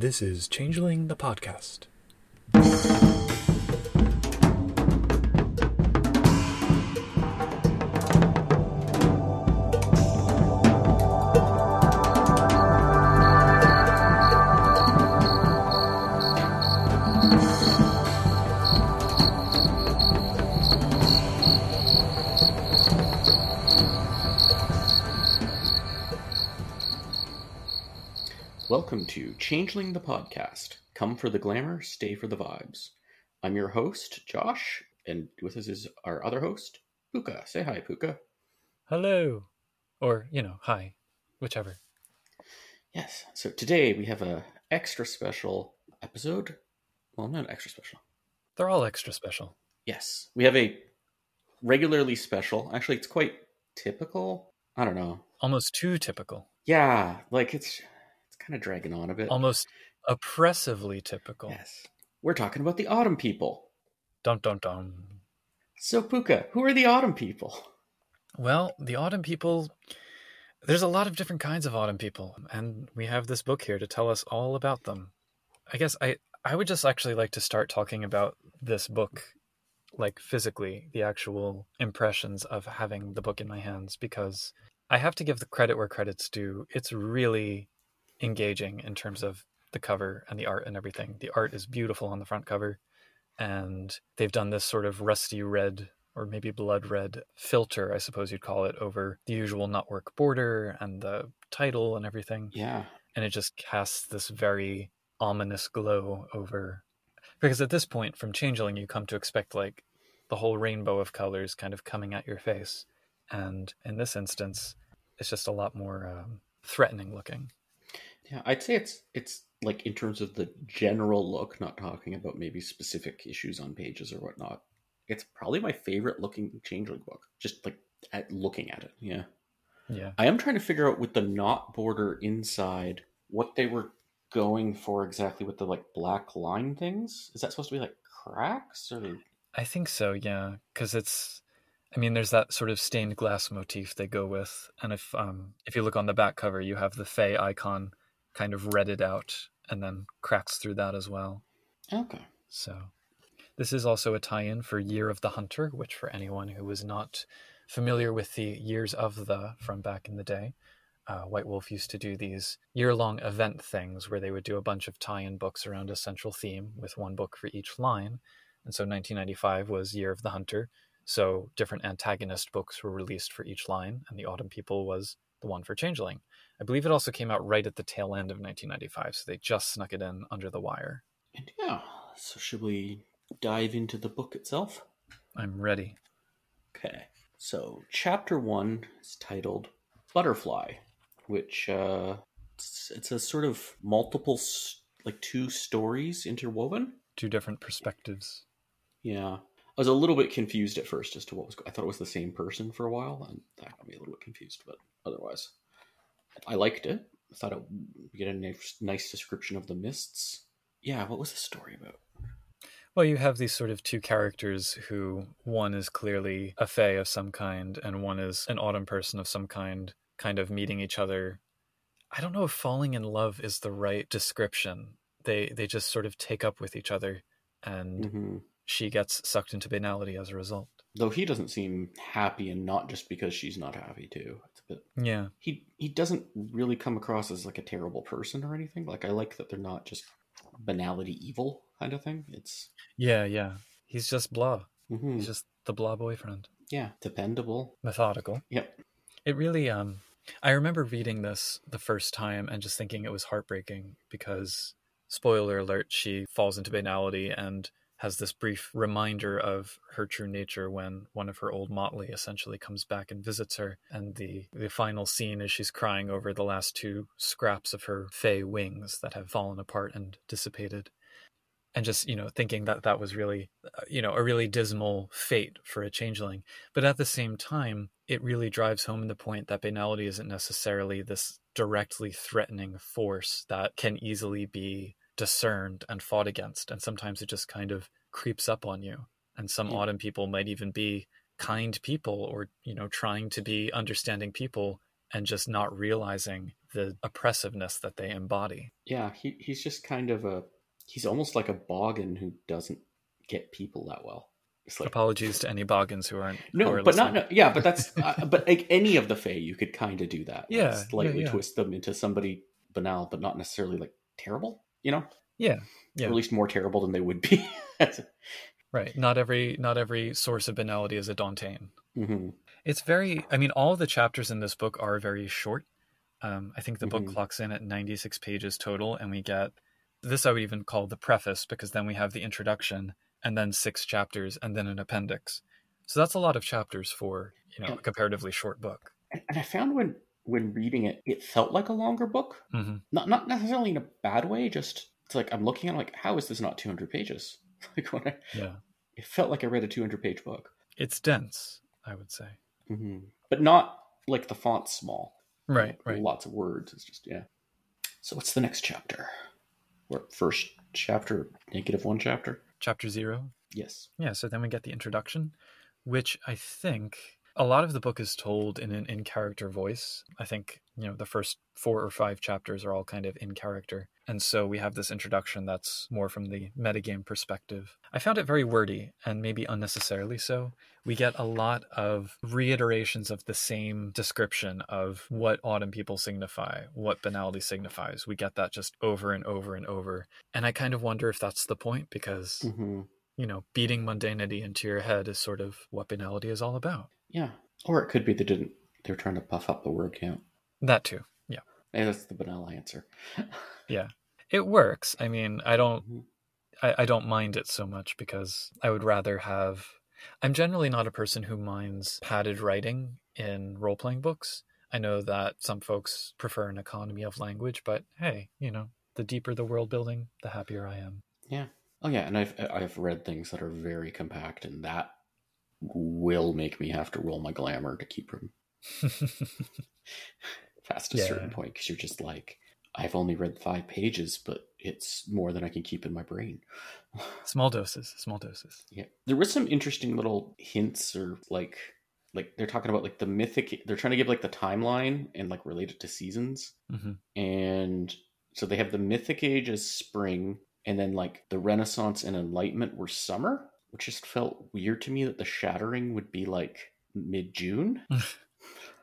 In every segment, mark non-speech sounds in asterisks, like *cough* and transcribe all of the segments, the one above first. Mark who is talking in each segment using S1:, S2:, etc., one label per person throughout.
S1: This is Changeling the Podcast.
S2: Welcome to Changeling the Podcast. Come for the glamour, stay for the vibes. I'm your host, Josh, and with us is our other host, Puka. Say hi, Puka.
S1: Hello. Or, you know, hi. Whichever.
S2: Yes, so today we have a extra special episode. Well, not extra special.
S1: They're all extra special.
S2: Yes, we have a regularly special. Actually, it's quite typical. I don't know.
S1: Almost too typical.
S2: Yeah, like it's it's kind of dragging on a bit.
S1: Almost oppressively typical.
S2: Yes. We're talking about the autumn people.
S1: Dum dum dum.
S2: So, Puka, who are the autumn people?
S1: Well, the autumn people, there's a lot of different kinds of autumn people, and we have this book here to tell us all about them. I guess I, I would just actually like to start talking about this book, like physically, the actual impressions of having the book in my hands, because I have to give the credit where credit's due. It's really engaging in terms of the cover and the art and everything. The art is beautiful on the front cover, and they've done this sort of rusty red or maybe blood red filter, I suppose you'd call it, over the usual nutwork border and the title and everything.
S2: Yeah.
S1: And it just casts this very ominous glow over. Because at this point, from Changeling, you come to expect like the whole rainbow of colors kind of coming at your face. And in this instance, it's just a lot more um, threatening looking.
S2: Yeah, I'd say it's it's like in terms of the general look, not talking about maybe specific issues on pages or whatnot. It's probably my favorite looking changeling book. Just like at looking at it. Yeah.
S1: Yeah.
S2: I am trying to figure out with the knot border inside what they were going for exactly with the like black line things. Is that supposed to be like cracks or
S1: I think so, yeah, because it's. I mean, there's that sort of stained glass motif they go with, and if um if you look on the back cover, you have the Fey icon kind of redded out, and then cracks through that as well.
S2: Okay.
S1: So, this is also a tie-in for Year of the Hunter, which for anyone who was not familiar with the Years of the from back in the day, uh, White Wolf used to do these year-long event things where they would do a bunch of tie-in books around a central theme with one book for each line. And so 1995 was Year of the Hunter. So different antagonist books were released for each line, and The Autumn People was the one for Changeling. I believe it also came out right at the tail end of 1995, so they just snuck it in under the wire.
S2: And yeah. So should we dive into the book itself?
S1: I'm ready.
S2: Okay. So, chapter one is titled Butterfly, which uh, it's, it's a sort of multiple, s- like two stories interwoven.
S1: Two different perspectives.
S2: Yeah. I was a little bit confused at first as to what was go- I thought it was the same person for a while, and that got me a little bit confused, but otherwise, I liked it. I thought it we get a nice, nice description of the mists. Yeah, what was the story about?
S1: Well, you have these sort of two characters who one is clearly a fae of some kind, and one is an autumn person of some kind, kind of meeting each other. I don't know if falling in love is the right description. They they just sort of take up with each other, and
S2: hmm
S1: she gets sucked into banality as a result.
S2: Though he doesn't seem happy, and not just because she's not happy too. It's a bit
S1: Yeah,
S2: he he doesn't really come across as like a terrible person or anything. Like I like that they're not just banality evil kind of thing. It's
S1: yeah, yeah. He's just blah.
S2: mhm,
S1: He's just the blah boyfriend.
S2: yeah, dependable.
S1: Methodical.
S2: Yep.
S1: It really um I remember reading this the first time and just thinking it was heartbreaking because spoiler alert she falls into banality and has this brief reminder of her true nature when one of her old motley essentially comes back and visits her and the the final scene is she's crying over the last two scraps of her fey wings that have fallen apart and dissipated and just you know thinking that that was really uh, you know a really dismal fate for a changeling but at the same time, it really drives home the point that banality isn't necessarily this directly threatening force that can easily be discerned and fought against. And sometimes it just kind of creeps up on you. And some
S2: Yeah.
S1: autumn people might even be kind people or, you know, trying to be understanding people and just not realizing the oppressiveness that they embody.
S2: Yeah, he, he's just kind of a he's almost like a boggin who doesn't get people that well. It's like
S1: Apologies to any boggins who aren't. who
S2: no,
S1: are
S2: but not
S1: listening.
S2: no, yeah, but that's uh, but like any of the fae, you could kind of do that. like,
S1: Yeah, yeah,
S2: slightly
S1: yeah.
S2: twist them into somebody banal, but not necessarily like terrible. You know,
S1: Yeah, yeah.
S2: or at least more terrible than they would be. *laughs*
S1: right. Not every not every source of banality is a Dantean.
S2: hmm
S1: It's very. I mean, all the chapters in this book are very short. Um, I think the
S2: Mhm.
S1: book clocks in at ninety six pages total, and we get this. I would even call the preface because then we have the introduction, and then six chapters, and then an appendix. So that's a lot of chapters for you know a comparatively short book.
S2: And, and I found when when reading it, it felt like a longer book.
S1: hmm
S2: Not not necessarily in a bad way. Just it's like I'm looking at it like how is this not 200 pages? *laughs* like when I,
S1: Yeah,
S2: it felt like I read a 200 page book,
S1: it's dense. I would say.
S2: hmm but not like the font's small.
S1: Right. Right.
S2: Lots of words. It's just yeah. So what's the next chapter? Or first chapter? Negative one chapter.
S1: Chapter zero.
S2: Yes.
S1: Yeah, so then we get the introduction, which I think a lot of the book is told in an in character voice. I think, you know, the first four or five chapters are all kind of in character. And so we have this introduction that's more from the metagame perspective. I found it very wordy and maybe unnecessarily so. We get a lot of reiterations of the same description of what autumn people signify, what banality signifies. We get that just over and over and over. And I kind of wonder if that's the point because
S2: hmm
S1: you know, beating mundanity into your head is sort of what banality is all about.
S2: Yeah. Or it could be they didn't. They're trying to puff up the word count.
S1: That too.
S2: And that's the banal answer.
S1: It works. I mean, I don't
S2: Mhm.
S1: I, I don't mind it so much because I would rather have I'm generally not a person who minds padded writing in role playing books. I know that some folks prefer an economy of language, but hey, you know, the deeper the world building, the happier I am. *laughs*
S2: Oh yeah, and I've I've read things that are very compact, and that will make me have to roll my glamour to keep them past a
S1: Yeah.
S2: certain point because you're just like, I've only read five pages, but it's more than I can keep in my brain. *sighs*
S1: small doses, small doses.
S2: Yeah, there was some interesting little hints or like like they're talking about like the mythic. They're trying to give like the timeline and like relate it to seasons,
S1: hmm
S2: and so they have the mythic age as spring, and then like the Renaissance and Enlightenment were summer, which just felt weird to me that the shattering would be like mid June.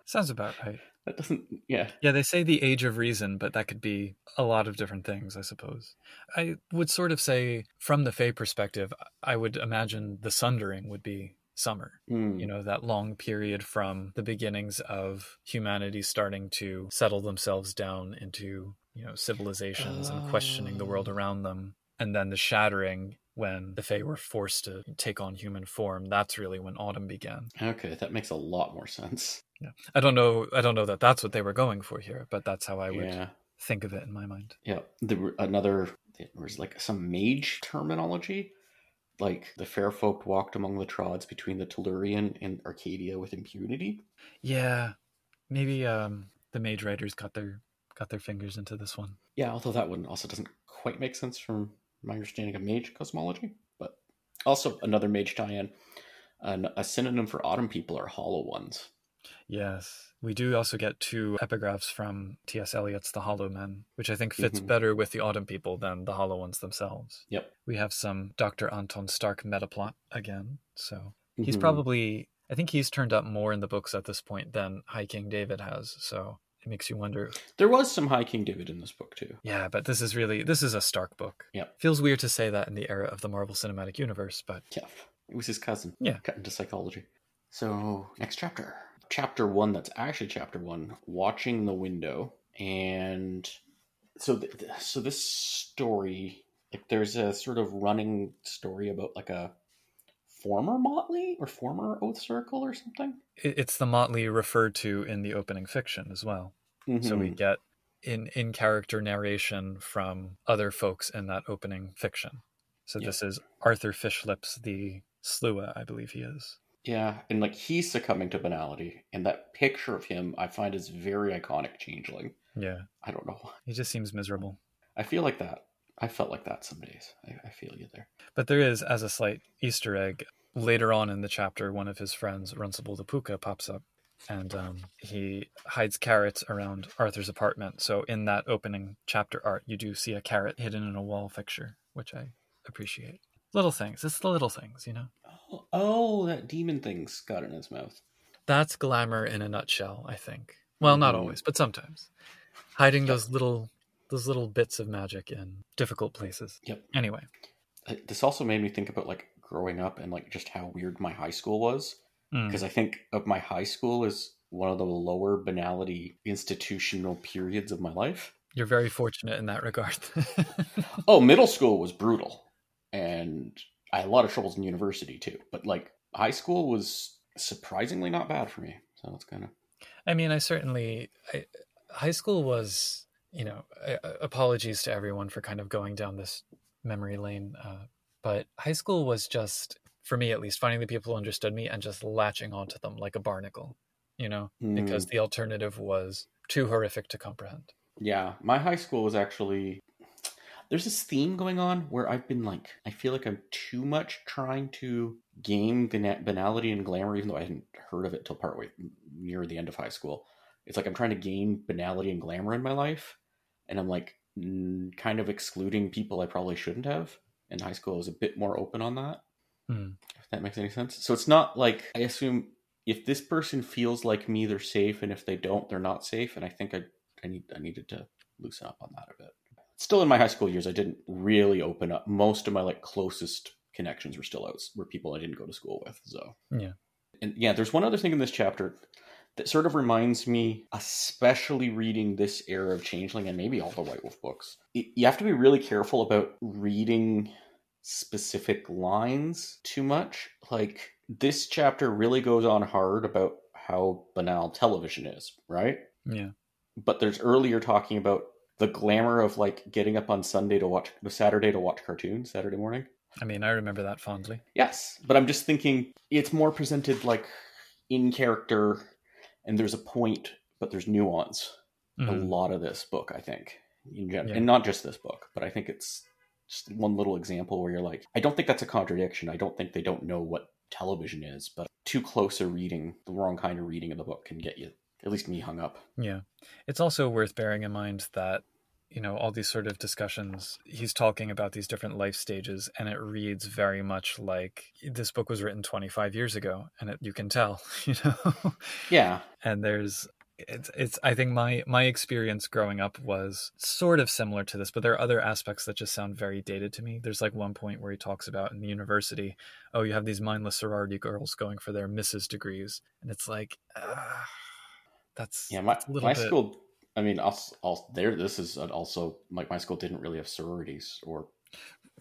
S1: Sounds about right.
S2: That doesn't. Yeah,
S1: Yeah, they say the age of reason, but that could be a lot of different things, I suppose. I would sort of say, from the Fae perspective, I would imagine the sundering would be summer.
S2: Hmm.
S1: You know, that long period from the beginnings of humanity starting to settle themselves down into, you know, civilizations and questioning the world
S2: Oh.
S1: around them. And then the shattering when the Fae were forced to take on human form. That's really when autumn began.
S2: Okay, that makes a lot more sense.
S1: I don't know. I don't know that that's what they were going for here, but that's how I would
S2: Yeah,
S1: think of it in my mind.
S2: yeah. There were another there was like some mage terminology, like the fair folk walked among the trods between the Tellurian and Arcadia with impunity.
S1: Yeah, maybe um, the mage writers got their got their fingers into this one.
S2: Yeah, although that one also doesn't quite make sense from my understanding of mage cosmology, but also another mage tie-in. An, a synonym for autumn people are hollow ones.
S1: Yes, we do also get two epigraphs from T.S. Eliot's *The Hollow Men*, which I think fits
S2: Mhm.
S1: better with the Autumn people than the Hollow ones themselves.
S2: Yep.
S1: We have some Dr. Anton Stark metaplot again, so he's
S2: Mhm.
S1: probably I think he's turned up more in the books at this point than High King David has. So it makes you wonder.
S2: there was some High King David in this book too.
S1: Yeah, but this is really this is a Stark book.
S2: Yep.
S1: Feels weird to say that in the era of the Marvel Cinematic Universe, but
S2: Yeah, it was his cousin.
S1: Yeah.
S2: cut into psychology. So next chapter, chapter one. That's actually chapter one. Watching the window, and so th- th- so this story, like there's a sort of running story about like a former Motley or former Oath Circle or something.
S1: it- it's the motley referred to in the opening fiction as well so we
S2: Mhm.
S1: get in in character narration from other folks in that opening fiction so
S2: Yeah.
S1: this is arthur fishlips the slua i believe he is
S2: yeah, and like he's succumbing to banality, and that picture of him I find is very iconic. Changeling.
S1: yeah
S2: I don't know. why.
S1: he just seems miserable
S2: I feel like that. I felt like that some days. I, I feel you there.
S1: but there is as a slight easter egg later on in the chapter one of his friends runcible the puka pops up and um, he hides carrots around Arthur's apartment. So in that opening chapter art, you do see a carrot hidden in a wall fixture, which I appreciate. Little things. It's the little things, you know.
S2: Oh, oh, that demon thing's got it in his mouth.
S1: That's glamour in a nutshell, I think. Well, not
S2: Mhm.
S1: always, but sometimes. Hiding those little those little bits of magic in difficult places.
S2: Yep.
S1: Anyway,
S2: Uh, This also made me think about like growing up and like just how weird my high school was.
S1: Mm.
S2: because I think of my high school as one of the lower banality institutional periods of my life.
S1: you're very fortunate in that regard. *laughs*
S2: Oh, middle school was brutal, and I had a lot of troubles in university too. But like high school was surprisingly not bad for me. So it's kind of
S1: I mean, I certainly I, high school was, you know, I, I- apologies to everyone for kind of going down this memory lane, uh, but high school was just for me at least finding the people who understood me and just latching onto them like a barnacle, you know,
S2: hmm. Mm.
S1: because the alternative was too horrific to comprehend.
S2: yeah. My high school was actually there's this theme going on where I've been like I feel like I'm too much trying to game bana- banality and glamour, even though I hadn't heard of it till partway near the end of high school. It's like I'm trying to gain banality and glamour in my life, and I'm like mm, kind of excluding people I probably shouldn't have. And high school is a bit more open on that.
S1: Hmm.
S2: If that makes any sense. So it's not like I assume if this person feels like me, they're safe, and if they don't, they're not safe. And I think I I need I needed to loosen up on that a bit. Still in my high school years, I didn't really open up. Most of my like closest connections were still out were people I didn't go to school with. So
S1: Yeah.
S2: and yeah, there's one other thing in this chapter that sort of reminds me, especially reading this era of Changeling and maybe all the White Wolf books. y- You have to be really careful about reading specific lines too much. Like this chapter really goes on hard about how banal television is, right?
S1: Yeah.
S2: but there's earlier talking about the glamour of like getting up on Sunday to watch the Saturday to watch cartoons Saturday morning.
S1: I mean, I remember that fondly.
S2: Yes, but I'm just thinking it's more presented like in character and there's a point but there's nuance. A
S1: Mhm.
S2: lot of this book, I think, in general,
S1: Yeah.
S2: and not just this book, but I think it's just one little example where you're like, I don't think that's a contradiction. I don't think they don't know what television is, but too close a reading, the wrong kind of reading of the book can get you, at least me, hung up.
S1: Yeah. It's also worth bearing in mind that, you know, all these sort of discussions, he's talking about these different life stages, and it reads very much like this book was written 25 years ago, and it, you can tell, *laughs* you know?
S2: Yeah,
S1: and there's. It's, it's i think my my experience growing up was sort of similar to this but there are other aspects that just sound very dated to me there's like one point where he talks about in the university oh you have these mindless sorority girls going for their mrs degrees and it's like ah, that's
S2: Yeah, my,
S1: that's a little
S2: my
S1: bit-
S2: school. I mean, also, also there. This is also like my school didn't really have sororities or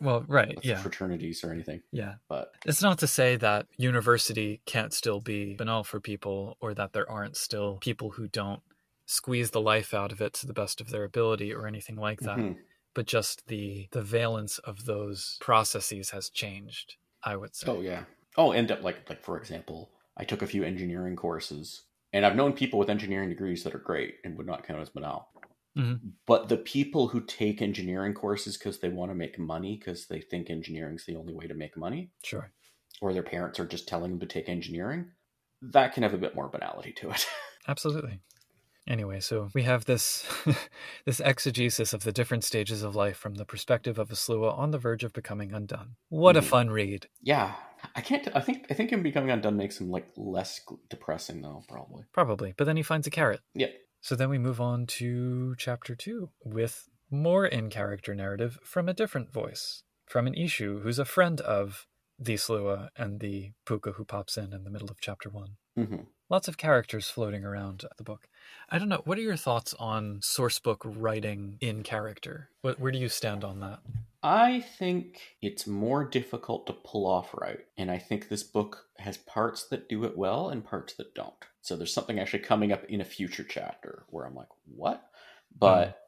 S1: Well, right. Uh, Yeah.
S2: fraternities or anything.
S1: Yeah.
S2: But
S1: It's not to say that university can't still be banal for people or that there aren't still people who don't squeeze the life out of it to the best of their ability or anything like that,
S2: Mhm.
S1: but just the the valence of those processes has changed, I would say.
S2: oh yeah. Oh, end up like like for example, I took a few engineering courses, and I've known people with engineering degrees that are great and would not count as banal.
S1: Mhm.
S2: But the people who take engineering courses because they want to make money because they think engineering's the only way to make money,
S1: Sure.
S2: or their parents are just telling them to take engineering, that can have a bit more banality to it.
S1: Absolutely. Anyway, so we have this *laughs* this exegesis of the different stages of life from the perspective of a slua on the verge of becoming undone. What a
S2: Mhm.
S1: fun read.
S2: Yeah, I can't. I think I think him becoming undone makes him like less gl- depressing though. Probably.
S1: Probably. But then he finds a carrot.
S2: Yeah.
S1: So then we move on to chapter two with more in character narrative from a different voice, from an Ishu who's a friend of the Slua and the Puka who pops in in the middle of chapter one.
S2: hmm
S1: Lots of characters floating around the book. I don't know. What are your thoughts on sourcebook writing in character? What, where do you stand on that?
S2: I think it's more difficult to pull off right, and I think this book has parts that do it well and parts that don't. So there's something actually coming up in a future chapter where I'm like, what? But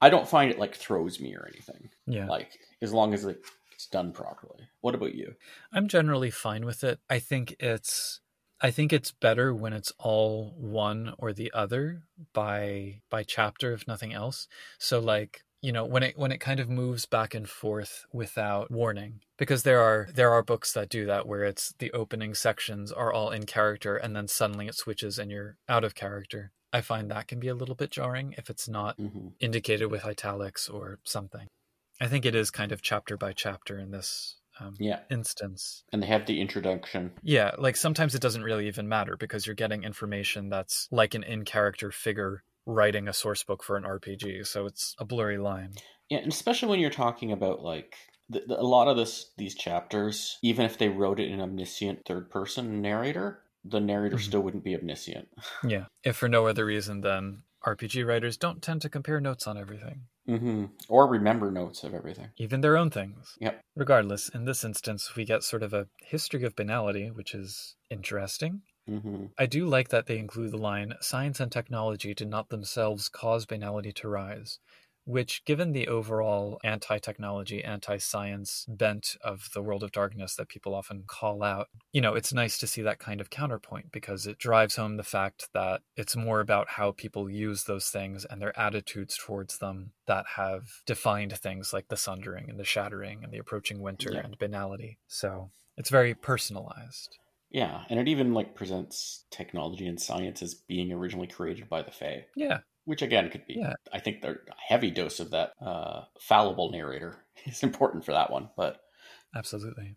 S2: I don't find it like throws me or anything.
S1: Yeah.
S2: Like as long as like, it's done properly. What about you?
S1: I'm generally fine with it. I think it's I think it's better when it's all one or the other by by chapter if nothing else. So like you know when it when it kind of moves back and forth without warning because there are there are books that do that where it's the opening sections are all in character and then suddenly it switches and you're out of character i find that can be a little bit jarring if it's not
S2: Mm-hmm.
S1: indicated with italics or something i think it is kind of chapter by chapter in this um,
S2: Yeah,
S1: instance
S2: and they have the introduction.
S1: yeah, like sometimes it doesn't really even matter because you're getting information that's like an in character figure writing a source book for an RPG. So it's a blurry line.
S2: Yeah, and especially when you're talking about like the, the, a lot of this these chapters, even if they wrote it in omniscient third person narrator, the narrator
S1: Mhm.
S2: still wouldn't be omniscient.
S1: Yeah. If for no other reason than RPG writers don't tend to compare notes on everything,
S2: hmm Or remember notes of everything.
S1: even their own things.
S2: Yep.
S1: Regardless, in this instance, we get sort of a history of banality, which is interesting.
S2: hmm
S1: I do like that they include the line science and technology did not themselves cause banality to rise, which, given the overall anti technology, anti science bent of the world of darkness that people often call out, you know, it's nice to see that kind of counterpoint because it drives home the fact that it's more about how people use those things and their attitudes towards them that have defined things like the sundering and the shattering and the approaching winter
S2: Yeah.
S1: and banality. So it's very personalized.
S2: Yeah, and it even like presents technology and science as being originally created by the Fae,
S1: Yeah.
S2: which again could be.
S1: Yeah.
S2: I think their a heavy dose of that uh, fallible narrator *laughs* is important for that one, but
S1: Absolutely.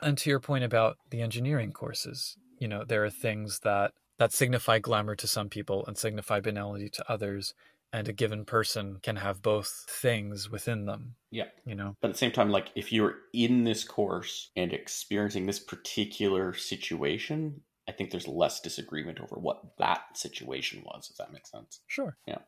S1: And to your point about the engineering courses, you know, there are things that that signify glamour to some people and signify banality to others, and a given person can have both things within them,
S2: yeah.
S1: you know.
S2: But at the same time, like if you're in this course and experiencing this particular situation, I think there's less disagreement over what that situation was, if that makes sense.
S1: Sure.
S2: Yeah.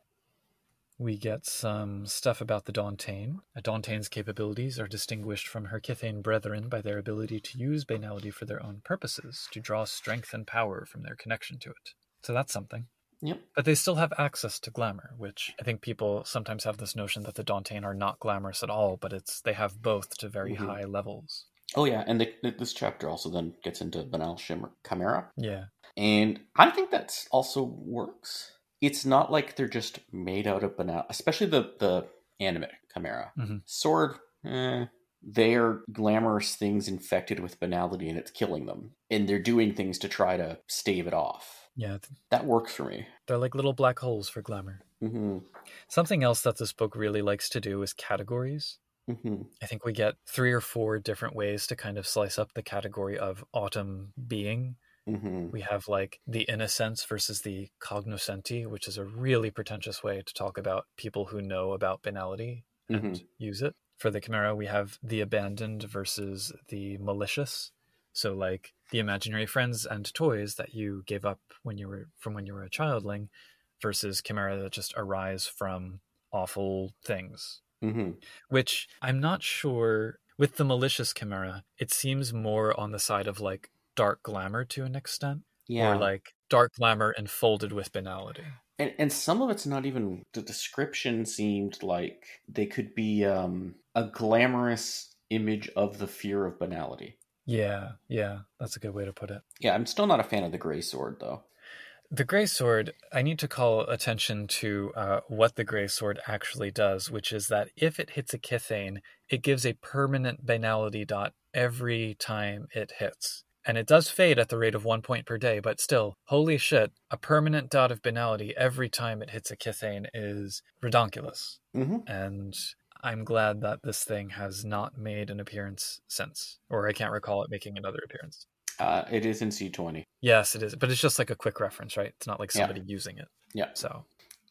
S1: We get some stuff about the Dantain. A Dantain's capabilities are distinguished from her Kithane brethren by their ability to use banality for their own purposes, to draw strength and power from their connection to it. So that's something.
S2: Yep.
S1: But they still have access to glamour, which I think people sometimes have this notion that the Dantain are not glamorous at all, but it's they have both to very
S2: Mhm.
S1: high levels.
S2: Oh yeah, and the, this chapter also then gets into banal shimmer chimera,
S1: Yeah.
S2: and I think that's also works. It's not like they're just made out of banal, especially the the anime chimera
S1: Mhm.
S2: sword. Eh, they are glamorous things infected with banality, and it's killing them. And they're doing things to try to stave it off.
S1: Yeah. th-
S2: That works for me.
S1: They're like little black holes for glamour.
S2: hmm
S1: Something else that this book really likes to do is categories.
S2: hmm
S1: I think we get three or four different ways to kind of slice up the category of autumn being.
S2: hmm
S1: We have like the innocents versus the cognoscenti, which is a really pretentious way to talk about people who know about banality and
S2: Mhm.
S1: use it. For the Chimera, we have the abandoned versus the malicious. So, like the imaginary friends and toys that you gave up when you were from when you were a childling, versus Chimera that just arise from awful things
S2: hmm
S1: which I'm not sure with the malicious chimera, it seems more on the side of like dark glamour to an extent,
S2: Yeah.
S1: or like dark glamour enfolded with banality.
S2: and, and some of it's not even the description seemed like they could be um, a glamorous image of the fear of banality
S1: Yeah, yeah, that's a good way to put it.
S2: yeah i'm still not a fan of the gray sword though
S1: The Grey Sword, I need to call attention to uh, what the Grey Sword actually does, which is that if it hits a Kithane, it gives a permanent banality dot every time it hits. And it does fade at the rate of one point per day, but still, holy shit, a permanent dot of banality every time it hits a Kithane is redonkulous.
S2: mm-hmm.
S1: And I'm glad that this thing has not made an appearance since, or I can't recall it making another appearance.
S2: uh, it is in c20
S1: Yes, it is. But it's just like a quick reference, right? It's not like
S2: Yeah.
S1: somebody using it.
S2: Yeah.
S1: So,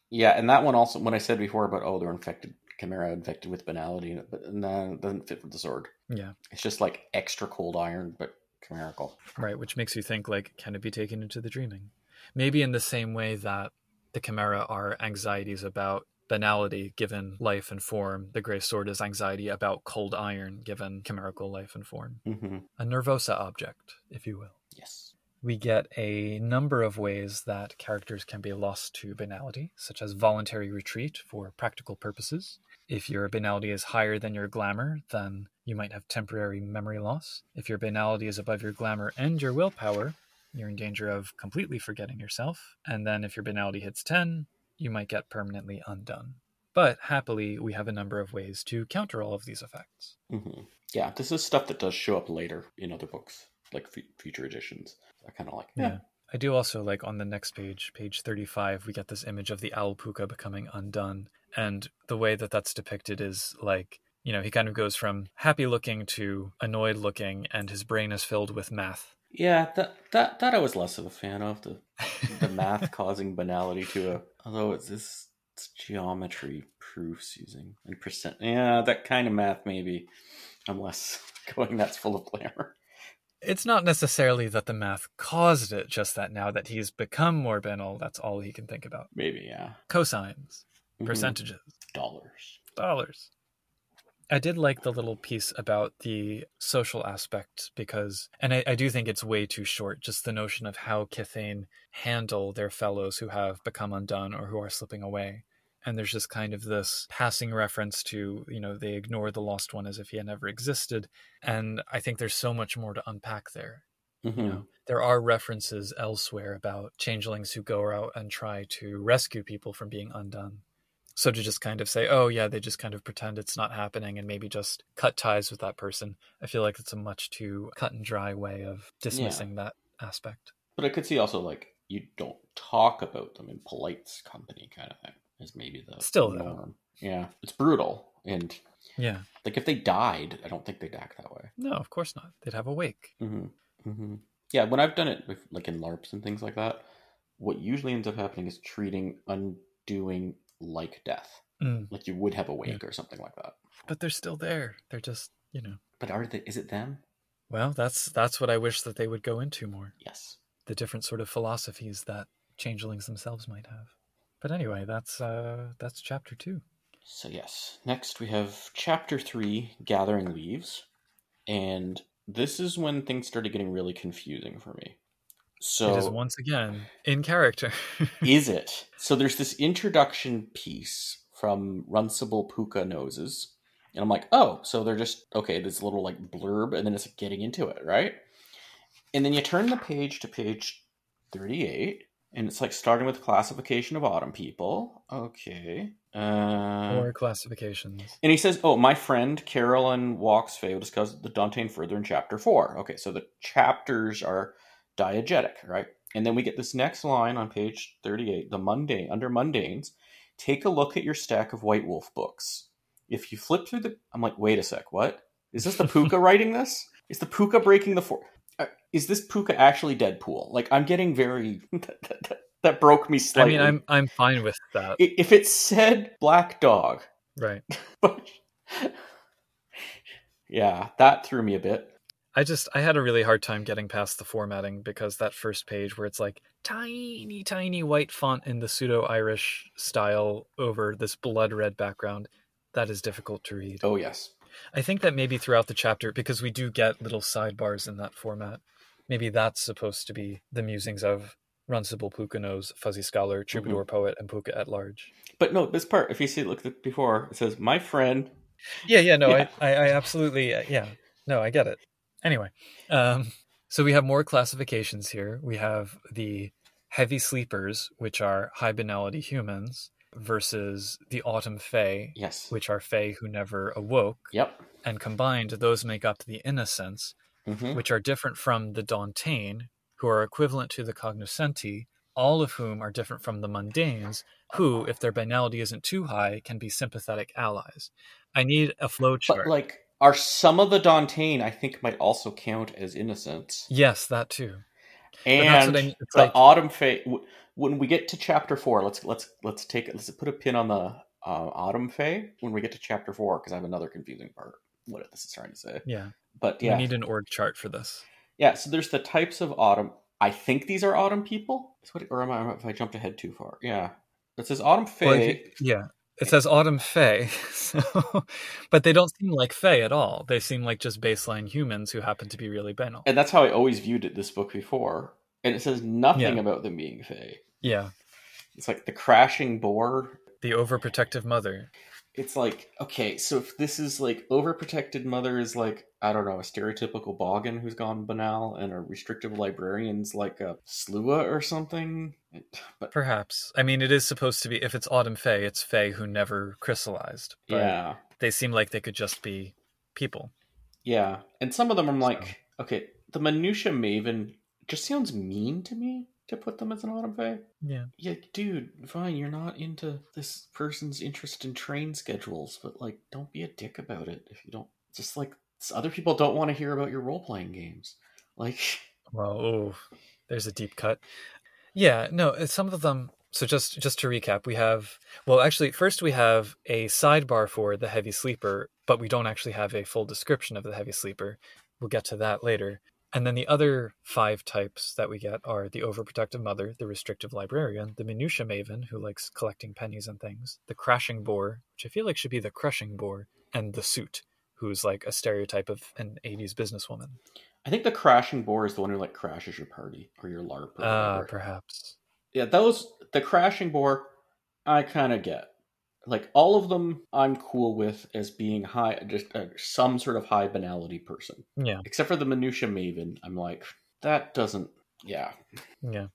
S2: yeah and that one also when i said before about oh they're infected chimera infected with banality but no it doesn't fit with the sword
S1: yeah,
S2: it's just like extra cold iron but chimerical
S1: right. Which makes you think, like, can it be taken into the dreaming? Maybe in the same way that the Chimera are anxieties about banality given life and form, the Grey Sword is anxiety about cold iron given chimerical life and form.
S2: mm-hmm.
S1: A nervosa object, if you will.
S2: yes
S1: we get a number of ways that characters can be lost to banality, such as voluntary retreat for practical purposes. If your banality is higher than your glamour, then you might have temporary memory loss. If your banality is above your glamour and your willpower, you're in danger of completely forgetting yourself. And then if your banality hits 10, you might get permanently undone. But happily, we have a number of ways to counter all of these effects.
S2: Mm-hmm. Yeah, this is stuff that does show up later in other books, like f- future editions. I kind of like, yeah.
S1: Yeah. I do also like on the next page, page 35, we get this image of the owl puka becoming undone. And the way that that's depicted is like, you know, he kind of goes from happy looking to annoyed looking, and his brain is filled with math.
S2: Yeah, that that that I was less of a fan of the the math *laughs* causing banality to a. Although it's this it's geometry proofs using and percent. Yeah, that kind of math maybe. I'm less *laughs* going. That's full of glamour.
S1: *laughs* it's not necessarily that the math caused it, just that now that he's become more banal, that's all he can think about.
S2: Maybe yeah.
S1: Cosines,
S2: Mhm.
S1: percentages,
S2: dollars.
S1: dollars. I did like the little piece about the social aspect because, and I, I do think it's way too short, just the notion of how Kithane handle their fellows who have become undone or who are slipping away. And there's just kind of this passing reference to, you know, they ignore the lost one as if he had never existed. And I think there's so much more to unpack there
S2: Mm-hmm.
S1: you know there are references elsewhere about changelings who go out and try to rescue people from being undone so to just kind of say oh yeah they just kind of pretend it's not happening and maybe just cut ties with that person i feel like it's a much too cut and dry way of dismissing that aspect
S2: But I could see also like you don't talk about them in polite company kind of thing is maybe the
S1: Still, though.
S2: norm. Yeah, it's brutal and
S1: yeah
S2: like if they died, I don't think they'd act that way.
S1: no of course not they'd have a wake
S2: Mm-hmm. Mm-hmm. Yeah, when I've done it with, like in LARPs and things like that, what usually ends up happening is treating undoing like death,
S1: Mm,
S2: like you would have a wake or something like that.
S1: but they're still there they're just you know
S2: But are they? Is it them?
S1: well that's that's what i wish that they would go into more
S2: Yes.
S1: the different sort of philosophies that changelings themselves might have. But anyway, that's uh, that's chapter two.
S2: So, yes. Next, we have Chapter 3 Gathering Leaves. And this is when things started getting really confusing for me. So, Uh-huh.
S1: it is once again in character. *laughs*
S2: is it? So, there's this introduction piece from Runcible Puka Noses. And I'm like, oh, so they're just, okay, this little like blurb, and then it's getting into it, right? And then you turn the page to page 38, and it's like starting with classification of autumn people. Okay. Uh,
S1: More classifications.
S2: and he says, "Oh, my friend Carolyn Walksfay will discuss the Dantean further in chapter four. Okay, so the chapters are diegetic, right? And then we get this next line on page thirty-eight: the mundane under mundanes. Take a look at your stack of White Wolf books. If you flip through the, I'm like, wait a sec, what is this?
S1: *laughs*
S2: The Puka writing this? Is the Puka breaking the four? uh, Is this Puka actually Deadpool? Like, I'm getting very *laughs* that, that, that broke me
S1: I
S2: slightly.
S1: mean, I'm I'm fine with that,
S2: I- if it said Black Dog,
S1: right?
S2: but yeah, that threw me a bit.
S1: I just I had a really hard time getting past the formatting because that first page where it's like tiny tiny white font in the pseudo Irish style over this blood red background. That is difficult to read.
S2: Oh yes,
S1: I think that maybe throughout the chapter, because we do get little sidebars in that format, maybe that's supposed to be the musings of Runcible Pucano's fuzzy scholar,
S2: Mm-hmm.
S1: troubadour poet, and Puka at large.
S2: but no, this part. If you see, look at before it says my friend.
S1: Yeah, yeah, no,
S2: Yeah.
S1: I, I, I absolutely, uh, yeah, no, I get it. Anyway, um, so we have more classifications here. We have the heavy sleepers, which are high banality humans, versus the autumn fae,
S2: Yes.
S1: which are fae who never awoke,
S2: Yep.
S1: and combined, those make up the innocents.
S2: Mm-hmm.
S1: which are different from the Dantean, who are equivalent to the cognoscenti, all of whom are different from the mundanes, who, if their banality isn't too high, can be sympathetic allies. I need a flowchart.
S2: But like, are some of the Dantean? I think might also count as innocents.
S1: yes, that too.
S2: And
S1: that's what I mean, it's
S2: the
S1: like-
S2: autumn fae. w- When we get to chapter four, let's let's let's take it. Let's put a pin on the uh, autumn fae when we get to chapter four because I have another confusing part. What this is trying to say,
S1: Yeah,
S2: but
S1: we
S2: yeah,
S1: need an org chart for this.
S2: Yeah, so there's the types of autumn. I think these are autumn people. Is what, or am I? If I jumped ahead too far, yeah. It says autumn fae.
S1: Well, if you- yeah, it says autumn fae, *laughs* so, but they don't seem like fae at all. They seem like just baseline humans who happen to be really banal.
S2: and that's how I always viewed it. This book before, and it says nothing
S1: Yeah.
S2: about them being fae.
S1: Yeah,
S2: It's like the crashing boar.
S1: the overprotective mother.
S2: it's like okay so if this is like overprotected mother is like i don't know a stereotypical boggin who's gone banal and a restrictive librarian's like a slua or something but
S1: Perhaps. I mean, it is supposed to be, if it's Autumn Fae, it's Fae who never crystallized. But
S2: yeah
S1: They seem like they could just be people.
S2: yeah and some of them i'm like okay the minutia maven just sounds mean to me to put them as an autumn fae
S1: Yeah.
S2: yeah dude fine you're not into this person's interest in train schedules but like don't be a dick about it if you don't just like other people don't want to hear about your role-playing games like *laughs*
S1: Well, ooh, there's a deep cut. Yeah, no, uh, some of them. So just just to recap, we have well, actually, first we have a sidebar for the heavy sleeper, but we don't actually have a full description of the heavy sleeper. We'll get to that later. And then the other five types that we get are the overprotective mother, the restrictive librarian, the minutia maven who likes collecting pennies and things, the crashing boar, which I feel like should be the crushing boar, and the suit, who's like a stereotype of an 80s businesswoman.
S2: I think the crashing boar is the one who like crashes your party or your LARP. Or
S1: Ah,
S2: whatever.
S1: perhaps.
S2: yeah, those the crashing boar, I kind of get. Like all of them, I'm cool with as being high, just uh, some sort of high banality person,
S1: Yeah,
S2: except for the minutia maven. I'm like, that doesn't. Yeah,
S1: yeah.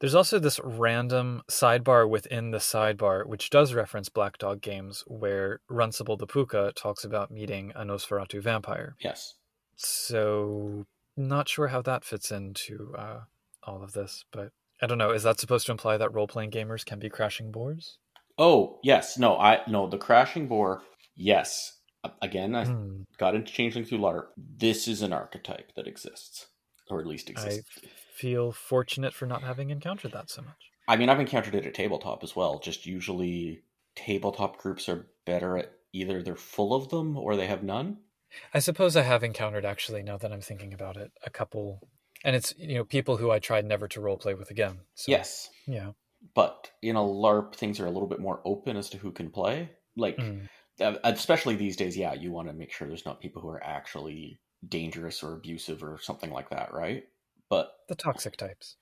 S1: There's also this random sidebar within the sidebar, which does reference Black Dog Games, where Runcible the Puka talks about meeting a Nosferatu vampire.
S2: yes,
S1: So, not sure how that fits into uh, all of this, but I don't know. Is that supposed to imply that role playing gamers can be crashing boars?
S2: oh yes, no, I no the crashing boar. Yes, A- again, I
S1: Hmm,
S2: got into changeling through LARP. This is an archetype that exists, or at least
S1: I
S2: exists.
S1: feel fortunate for not having encountered that so much.
S2: I mean, I've encountered it at tabletop as well. Just usually, tabletop groups are better at either they're full of them or they have none.
S1: I suppose I have encountered actually now that I'm thinking about it a couple and it's you know people who I tried never to roleplay with again. So
S2: Yes,
S1: Yeah.
S2: but in a LARP, things are a little bit more open as to who can play. Like,
S1: Mm.
S2: uh, especially these days, yeah, you want to make sure there's not people who are actually dangerous or abusive or something like that, right? But
S1: The toxic types.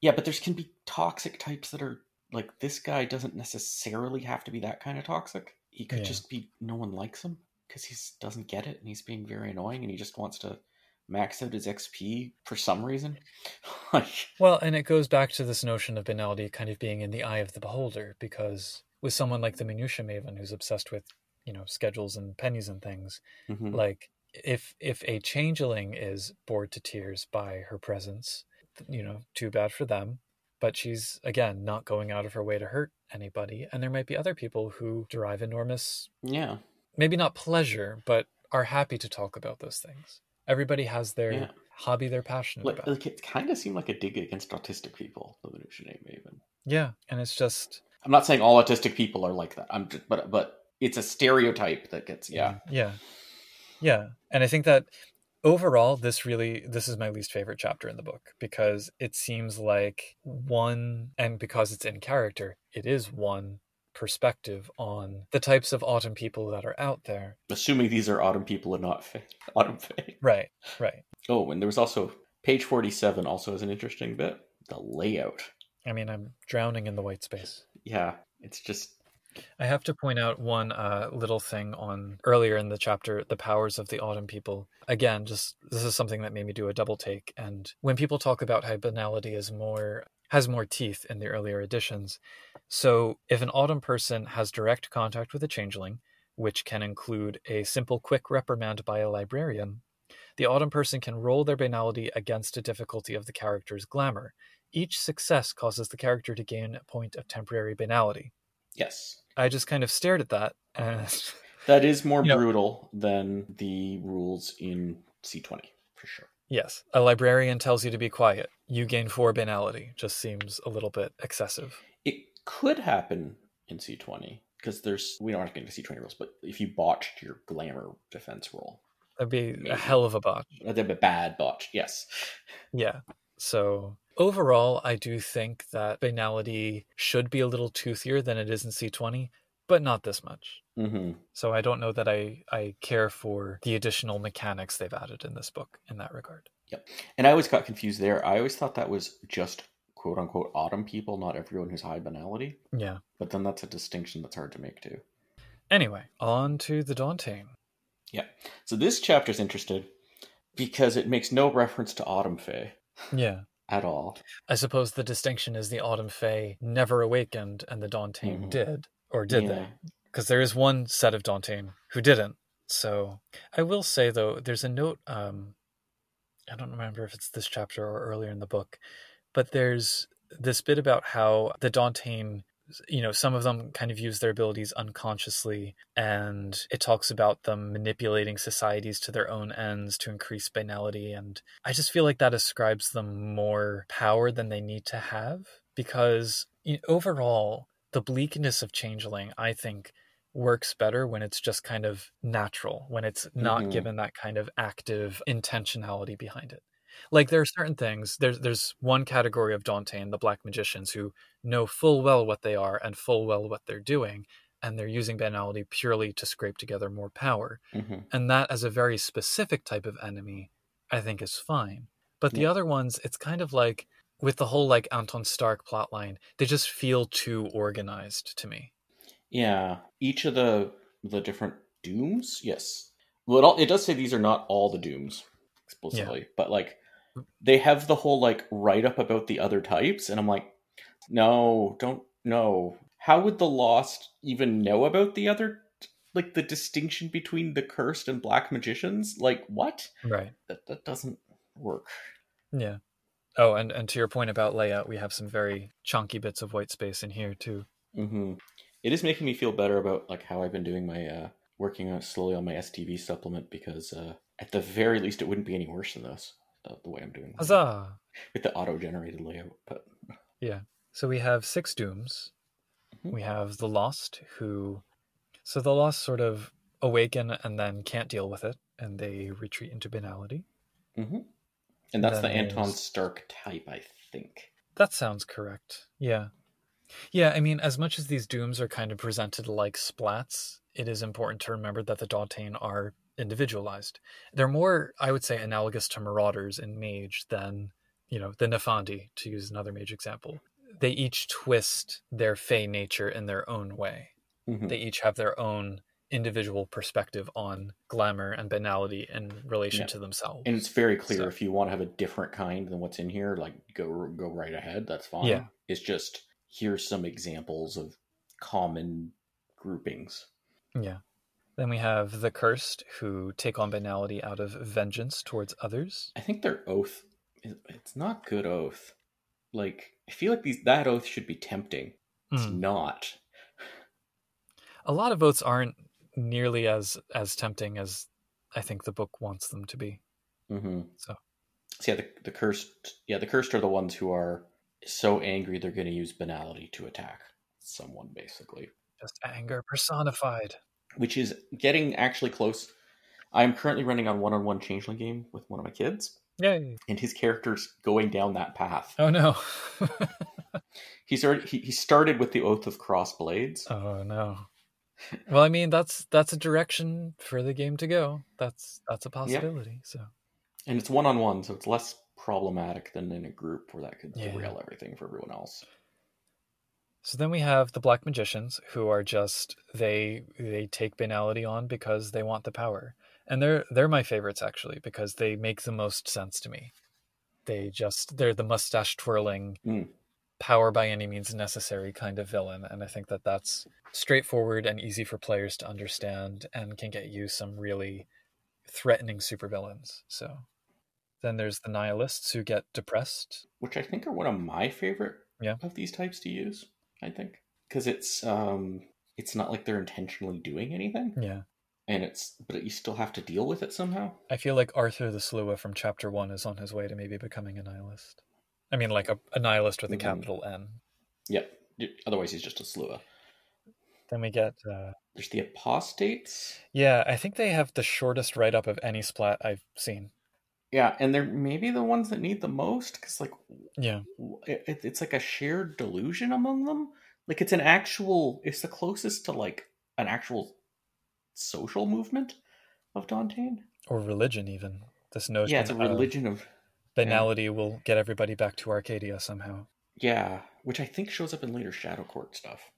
S2: yeah, but there's can be toxic types that are like this guy doesn't necessarily have to be that kind of toxic. He could
S1: Yeah.
S2: just be no one likes him because he doesn't get it and he's being very annoying and he just wants to max out his XP for some reason. *laughs* like,
S1: Well, and it goes back to this notion of banality kind of being in the eye of the beholder, because with someone like the Minutia Maven who's obsessed with, you know, schedules and pennies and things,
S2: mhm.
S1: like if if a changeling is bored to tears by her presence th- you know too bad for them but she's again not going out of her way to hurt anybody and there might be other people who derive enormous
S2: yeah,
S1: maybe not pleasure but are happy to talk about those things everybody has their
S2: Yeah.
S1: hobby they're passionate
S2: like,
S1: about
S2: like it kind of seemed like a dig against autistic people. The Minutia name Maven.
S1: yeah and it's just
S2: I'm not saying all autistic people are like that. I'm just, but but it's a stereotype that gets yeah.
S1: yeah yeah and i think that overall this really this is my least favorite chapter in the book because it seems like one and because it's in character it is one perspective on the types of autumn people that are out there
S2: Assuming these are autumn people and not fa- *laughs* autumn fake.
S1: right right
S2: Oh, and there was also page 47 also has an interesting bit. The layout.
S1: i mean i'm drowning in the white space
S2: Yeah, it's just
S1: I have to point out one uh, little thing on earlier in the chapter, the powers of the autumn people. Again, just this is something that made me do a double take. And when people talk about how banality is more has more teeth in the earlier editions, so if an autumn person has direct contact with a changeling, which can include a simple quick reprimand by a librarian, the autumn person can roll their banality against a difficulty of the character's glamour. Each success causes the character to gain a point of temporary banality.
S2: yes.
S1: I just kind of stared at that. And *laughs*
S2: That is more
S1: You know-
S2: brutal than the rules in C20 for sure.
S1: yes, a librarian tells you to be quiet. You gain four banality. Just seems a little bit excessive.
S2: It could happen in C20 because there's we don't have to get into C20 rules, but if you botched your glamour defense roll,
S1: That'd be
S2: Maybe.
S1: a hell of a botch.
S2: that'd be a bad botch. Yes.
S1: Yeah. So overall, I do think that banality should be a little toothier than it is in C20, but not this much.
S2: Mm-hmm.
S1: So I don't know that I, I care for the additional mechanics they've added in this book in that regard.
S2: And I always got confused there. I always thought that was just quote unquote autumn people, not everyone who's high banality.
S1: Yeah.
S2: But then that's a distinction that's hard to make too.
S1: Anyway, on to the Daunting.
S2: Yeah. So this chapter's interesting because it makes no reference to Autumn Fae
S1: Yeah.
S2: at all.
S1: I suppose the distinction is the Autumn Fae never awakened and the Dauntain
S2: Mhm.
S1: did. Or did they?
S2: Yeah.
S1: Because there is one set of Dauntain who didn't. So I will say, though, there's a note. Um, I don't remember if it's this chapter or earlier in the book, but there's this bit about how the Dauntain, you know, some of them kind of use their abilities unconsciously, and it talks about them manipulating societies to their own ends to increase banality and I just feel like that ascribes them more power than they need to have because you overall, the bleakness of Changeling, I think, works better when it's just kind of natural, when it's not
S2: Mhm.
S1: given that kind of active intentionality behind it. Like there are certain things. There's there's one category of Dantain, the black magicians, who know full well what they are and full well what they're doing, and they're using banality purely to scrape together more power
S2: hmm
S1: and that as a very specific type of enemy, I think is fine. But the
S2: Yeah.
S1: other ones, it's kind of like with the whole like Anton Stark plotline, they just feel too organized to me.
S2: Yeah. Each of the the different dooms. Yes. Well, it, all, it does say these are not all the dooms explicitly, but like they have the whole like write up about the other types, and I'm like, no, don't no. How would the lost even know about the other? Like the distinction between the cursed and black magicians? Like what?
S1: Right.
S2: That that doesn't work.
S1: Yeah. Oh, and, and to your point about layout, we have some very chunky bits of white space in here too.
S2: Mm-hmm. It is making me feel better about like how I've been doing my uh, working on slowly on my STV supplement because uh, at the very least it wouldn't be any worse than this uh, the way I'm doing it.
S1: Huzzah!
S2: with the auto generated layout. But
S1: So we have six dooms.
S2: Mhm.
S1: We have the Lost, who. So the Lost sort of awaken and then can't deal with it, and they retreat into banality.
S2: Mhm. and that's the
S1: Then
S2: Anton
S1: there's-
S2: Stark type, I think.
S1: That sounds correct. Yeah. Yeah, I mean, as much as these dooms are kind of presented like splats, it is important to remember that the Dantain are individualized. They're more, I would say, analogous to marauders in Mage than, you know, the Nefandi, to use another Mage example. They each twist their Fey nature in their own way.
S2: Mhm.
S1: They each have their own individual perspective on glamour and banality in relation
S2: Yeah.
S1: to themselves.
S2: And it's very clear
S1: So-
S2: if you want to have a different kind than what's in here, like go go right ahead. That's fine.
S1: Yeah.
S2: It's just here's some examples of common groupings.
S1: Yeah. Then we have the cursed who take on banality out of vengeance towards others.
S2: I think their oath is it's not good oath. Like I feel like these that oath should be tempting. It's
S1: Mm.
S2: not.
S1: A lot of oaths aren't nearly as as tempting as I think the book wants them to be.
S2: Mm-hmm.
S1: So.
S2: so yeah, the, the cursed yeah the cursed are the ones who are so angry they're going to use banality to attack someone basically,
S1: Just anger personified.
S2: which is getting actually close. I am currently running on one-on-one changeling game with one of my kids,
S1: Yay.
S2: and his character's going down that path.
S1: Oh *laughs* no.
S2: He's already he, he started with the oath of crossblades.
S1: oh no. Well, I mean that's that's a direction for the game to go. That's that's a possibility. So
S2: And it's one on one, so it's less problematic than in a group where that could
S1: Yeah.
S2: derail everything for everyone else.
S1: So then we have the black magicians who are just they they take banality on because they want the power. And they're they're my favorites actually because they make the most sense to me. They just they're the mustache twirling
S2: Mm.
S1: power by any means necessary kind of villain and I think that that's straightforward and easy for players to understand and can get you some really threatening supervillains. So then there's the nihilists who get depressed.
S2: Which I think are one of my favorite
S1: Yeah.
S2: of these types to use, I think. Because it's um it's not like they're intentionally doing anything.
S1: Yeah.
S2: And it's but you still have to deal with it somehow.
S1: I feel like Arthur the Slua from chapter one is on his way to maybe becoming a nihilist. I mean, like a, a nihilist with a
S2: Mhm.
S1: capital N.
S2: Yep. Y- Otherwise he's just a slua.
S1: Then we get, uh,
S2: There's the apostates.
S1: yeah, I think they have the shortest write up of any splat I've seen.
S2: Yeah, and they're maybe the ones that need the most because like
S1: Yeah,
S2: w- it, it's like a shared delusion among them like it's an actual it's the closest to like an actual social movement of Dantean.
S1: or religion even. This notion
S2: yeah it's a
S1: of
S2: religion of
S1: banality will get everybody back to Arcadia somehow.
S2: yeah which i think shows up in later shadow court stuff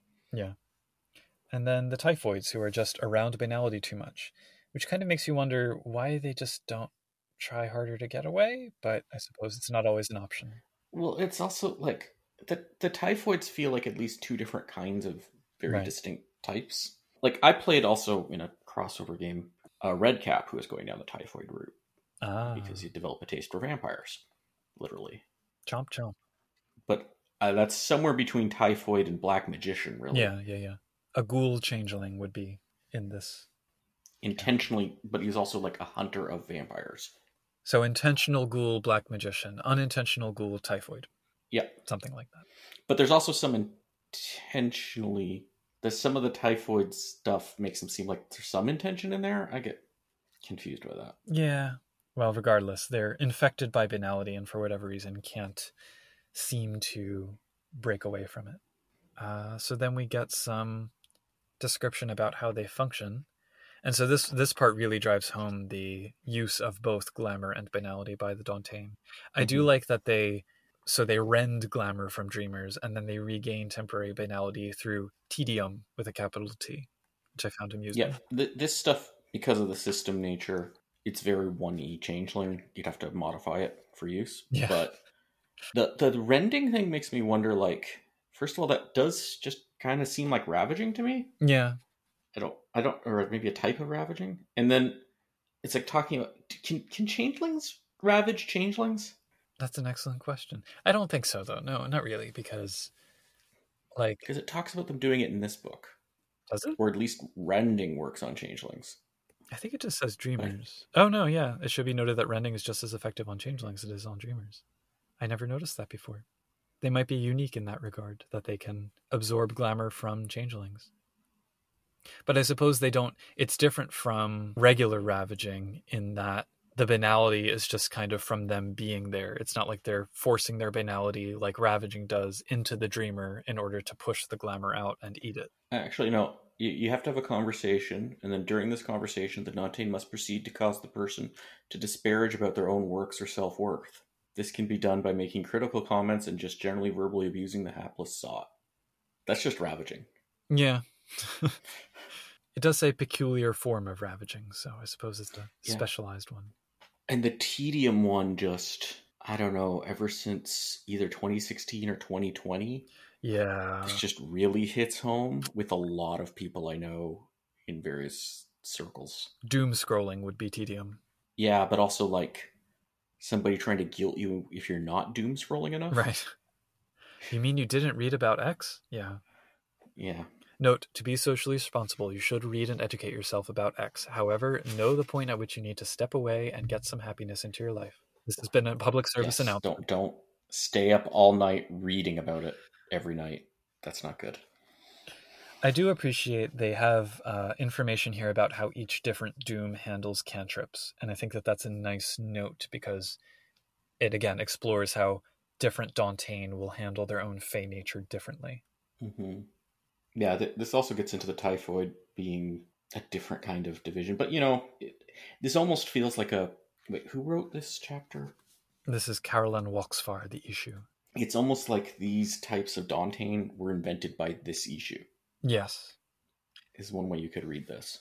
S1: and then the typhoids who are just around banality too much, which kind of makes you wonder why they just don't try harder to get away. But I suppose it's not always an option.
S2: Well, it's also like the the typhoids feel like at least two different kinds of very
S1: Right.
S2: distinct types. Like I played also in a crossover game, uh, Red Cap, who is going down the typhoid route
S1: Ah,
S2: because you develop a taste for vampires, literally.
S1: chomp chomp.
S2: But uh, that's somewhere between typhoid and black magician, really.
S1: Yeah, yeah, yeah. A ghoul changeling would be in this.
S2: Intentionally, but he's also like a hunter of vampires.
S1: So intentional ghoul, black magician, unintentional ghoul, typhoid,
S2: Yeah.
S1: something like that.
S2: But there's also some intentionally. There's some of the typhoid stuff makes them seem like there's some intention in there. I get confused by that.
S1: Yeah. Well, regardless, they're infected by banality and for whatever reason can't seem to break away from it. Uh, so then we get some description about how they function. And so this this part really drives home the use of both glamour and banality by the Dantain. I do
S2: Mhm.
S1: like that they so they rend glamour from dreamers and then they regain temporary banality through tedium with a capital T, which I found amusing.
S2: Yeah, th- this stuff because of the system nature, it's very one e changeling. You'd have to modify it for use.
S1: Yeah.
S2: But the the rending thing makes me wonder. Like, first of all, that does just kind of seem like ravaging to me.
S1: Yeah.
S2: I don't, I don't, or maybe a type of ravaging. And then it's like talking about can can changelings ravage changelings?
S1: That's an excellent question. I don't think so, though. No, not really, because, like,
S2: Because it talks about them doing it in this book,
S1: does it?
S2: or at least rending works on changelings.
S1: I think it just says dreamers. Oh no, yeah. It should be noted that rending is just as effective on changelings as it is on dreamers. I never noticed that before. They might be unique in that regard that they can absorb glamour from changelings. But I suppose they don't. It's different from regular ravaging in that the banality is just kind of from them being there. It's not like they're forcing their banality like ravaging does into the dreamer in order to push the glamour out and eat it.
S2: Actually, no. You, you have to have a conversation, and then during this conversation, the Nantain must proceed to cause the person to disparage about their own works or self worth. This can be done by making critical comments and just generally verbally abusing the hapless sot. That's just ravaging.
S1: Yeah. *laughs* it does say peculiar form of ravaging, so I suppose it's a
S2: Yeah.
S1: specialized one.
S2: And the tedium one just, I don't know, ever since either 2016 or 2020,
S1: Yeah.
S2: this just really hits home with a lot of people I know in various circles.
S1: Doom scrolling would be
S2: *laughs*
S1: tedium.
S2: Yeah, but also like somebody trying to guilt you if you're not doom scrolling enough.
S1: Right. You mean you didn't read about X? Yeah.
S2: Yeah.
S1: Note to be socially responsible, you should read and educate yourself about X. However, know the point at which you need to step away and get some happiness into your life. This has been a public service
S2: Yes,
S1: announcement.
S2: Don't don't stay up all night reading about it every night. That's not good.
S1: I do appreciate they have uh, information here about how each different Doom handles cantrips, and I think that that's a nice note because it again explores how different Dantain will handle their own Fey nature differently.
S2: hmm Yeah, th- this also gets into the typhoid being a different kind of division, but you know, it, this almost feels like a wait. Who wrote this chapter?
S1: This is Caroline Walksfar, the issue.
S2: It's almost like these types of Dantain were invented by this issue.
S1: Yes,
S2: Is one way you could read this,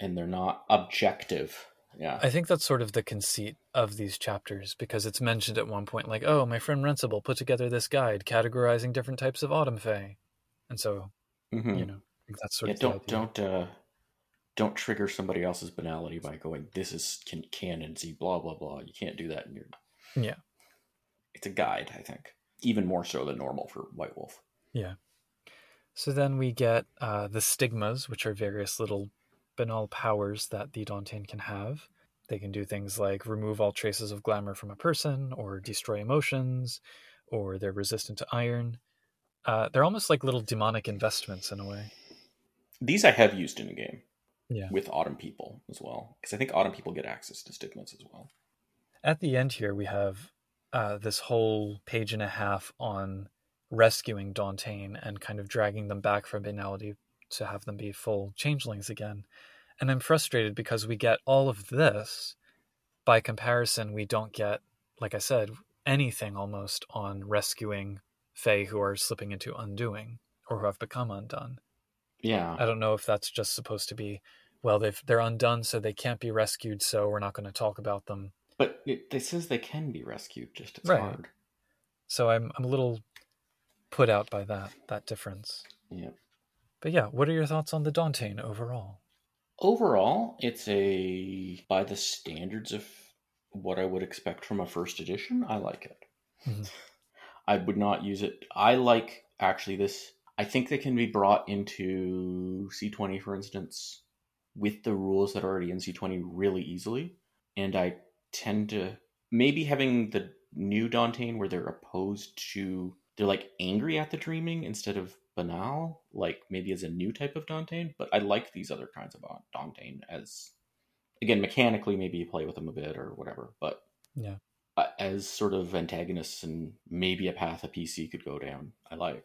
S2: and they're not objective. Yeah,
S1: I think that's sort of the conceit of these chapters because it's mentioned at one point, like, "Oh, my friend Rensible put together this guide categorizing different types of Autumn Fey," and so
S2: Mhm.
S1: you know, I think that's sort
S2: yeah,
S1: of the
S2: don't
S1: idea.
S2: don't uh, don't trigger somebody else's banality by going this is can canon see blah blah blah. You can't do that in your
S1: Yeah.
S2: It's a guide, I think, even more so than normal for White Wolf.
S1: So then we get uh, the stigmas, which are various little banal powers that the Dantain can have. They can do things like remove all traces of glamour from a person, or destroy emotions, or they're resistant to iron. Uh, they're almost like little demonic investments in a way.
S2: These I have used in a game.
S1: Yeah.
S2: With Autumn people as well, because I think Autumn people get access to stigmas as well.
S1: At the end here, we have uh, this whole page and a half on rescuing Dantain and kind of dragging them back from banality to have them be full changelings again. And I'm frustrated because we get all of this. By comparison, we don't get, like I said, anything almost on rescuing Fae who are slipping into undoing or who have become undone.
S2: Yeah.
S1: I don't know if that's just supposed to be, well, they've, they're undone, so they can't be rescued, so we're not going to talk about them.
S2: But it, it says they can be rescued, just it's
S1: Right.
S2: hard.
S1: So I'm, I'm a little put out by that, that difference.
S2: Yeah.
S1: But yeah, what are your thoughts on the Dantean overall?
S2: Overall, it's a by the standards of what I would expect from a first edition, I like it.
S1: Mhm.
S2: I would not use it. I like actually this. I think they can be brought into C20 for instance with the rules that are already in C20 really easily, and I tend to maybe having the new Dantean where they're opposed to they're like angry at the dreaming instead of banal, like maybe as a new type of Dantean, but I like these other kinds of Dantean as again mechanically maybe you play with them a bit or whatever, but
S1: Yeah.
S2: uh, as sort of antagonists and maybe a path a PC could go down. I like.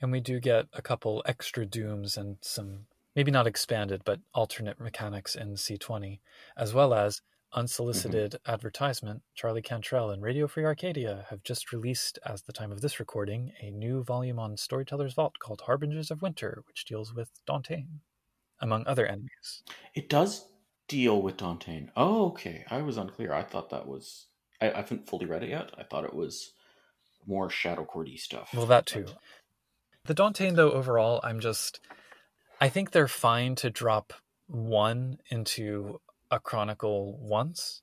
S1: And we do get a couple extra dooms and some, maybe not expanded, but alternate mechanics in C20, as well as unsolicited advertisement. Charlie Cantrell and Radio Free Arcadia have just released, as the time of this recording, a new volume on Storyteller's Vault called Harbingers of Winter, which deals with Dantein, among other enemies.
S2: It does deal with Dantean. Oh, okay. I was unclear. I thought that was. I, I haven't fully read it yet. I thought it was more Shadow Cordy stuff.
S1: Well, that too. The Dantean, though, overall, I'm just. I think they're fine to drop one into a chronicle once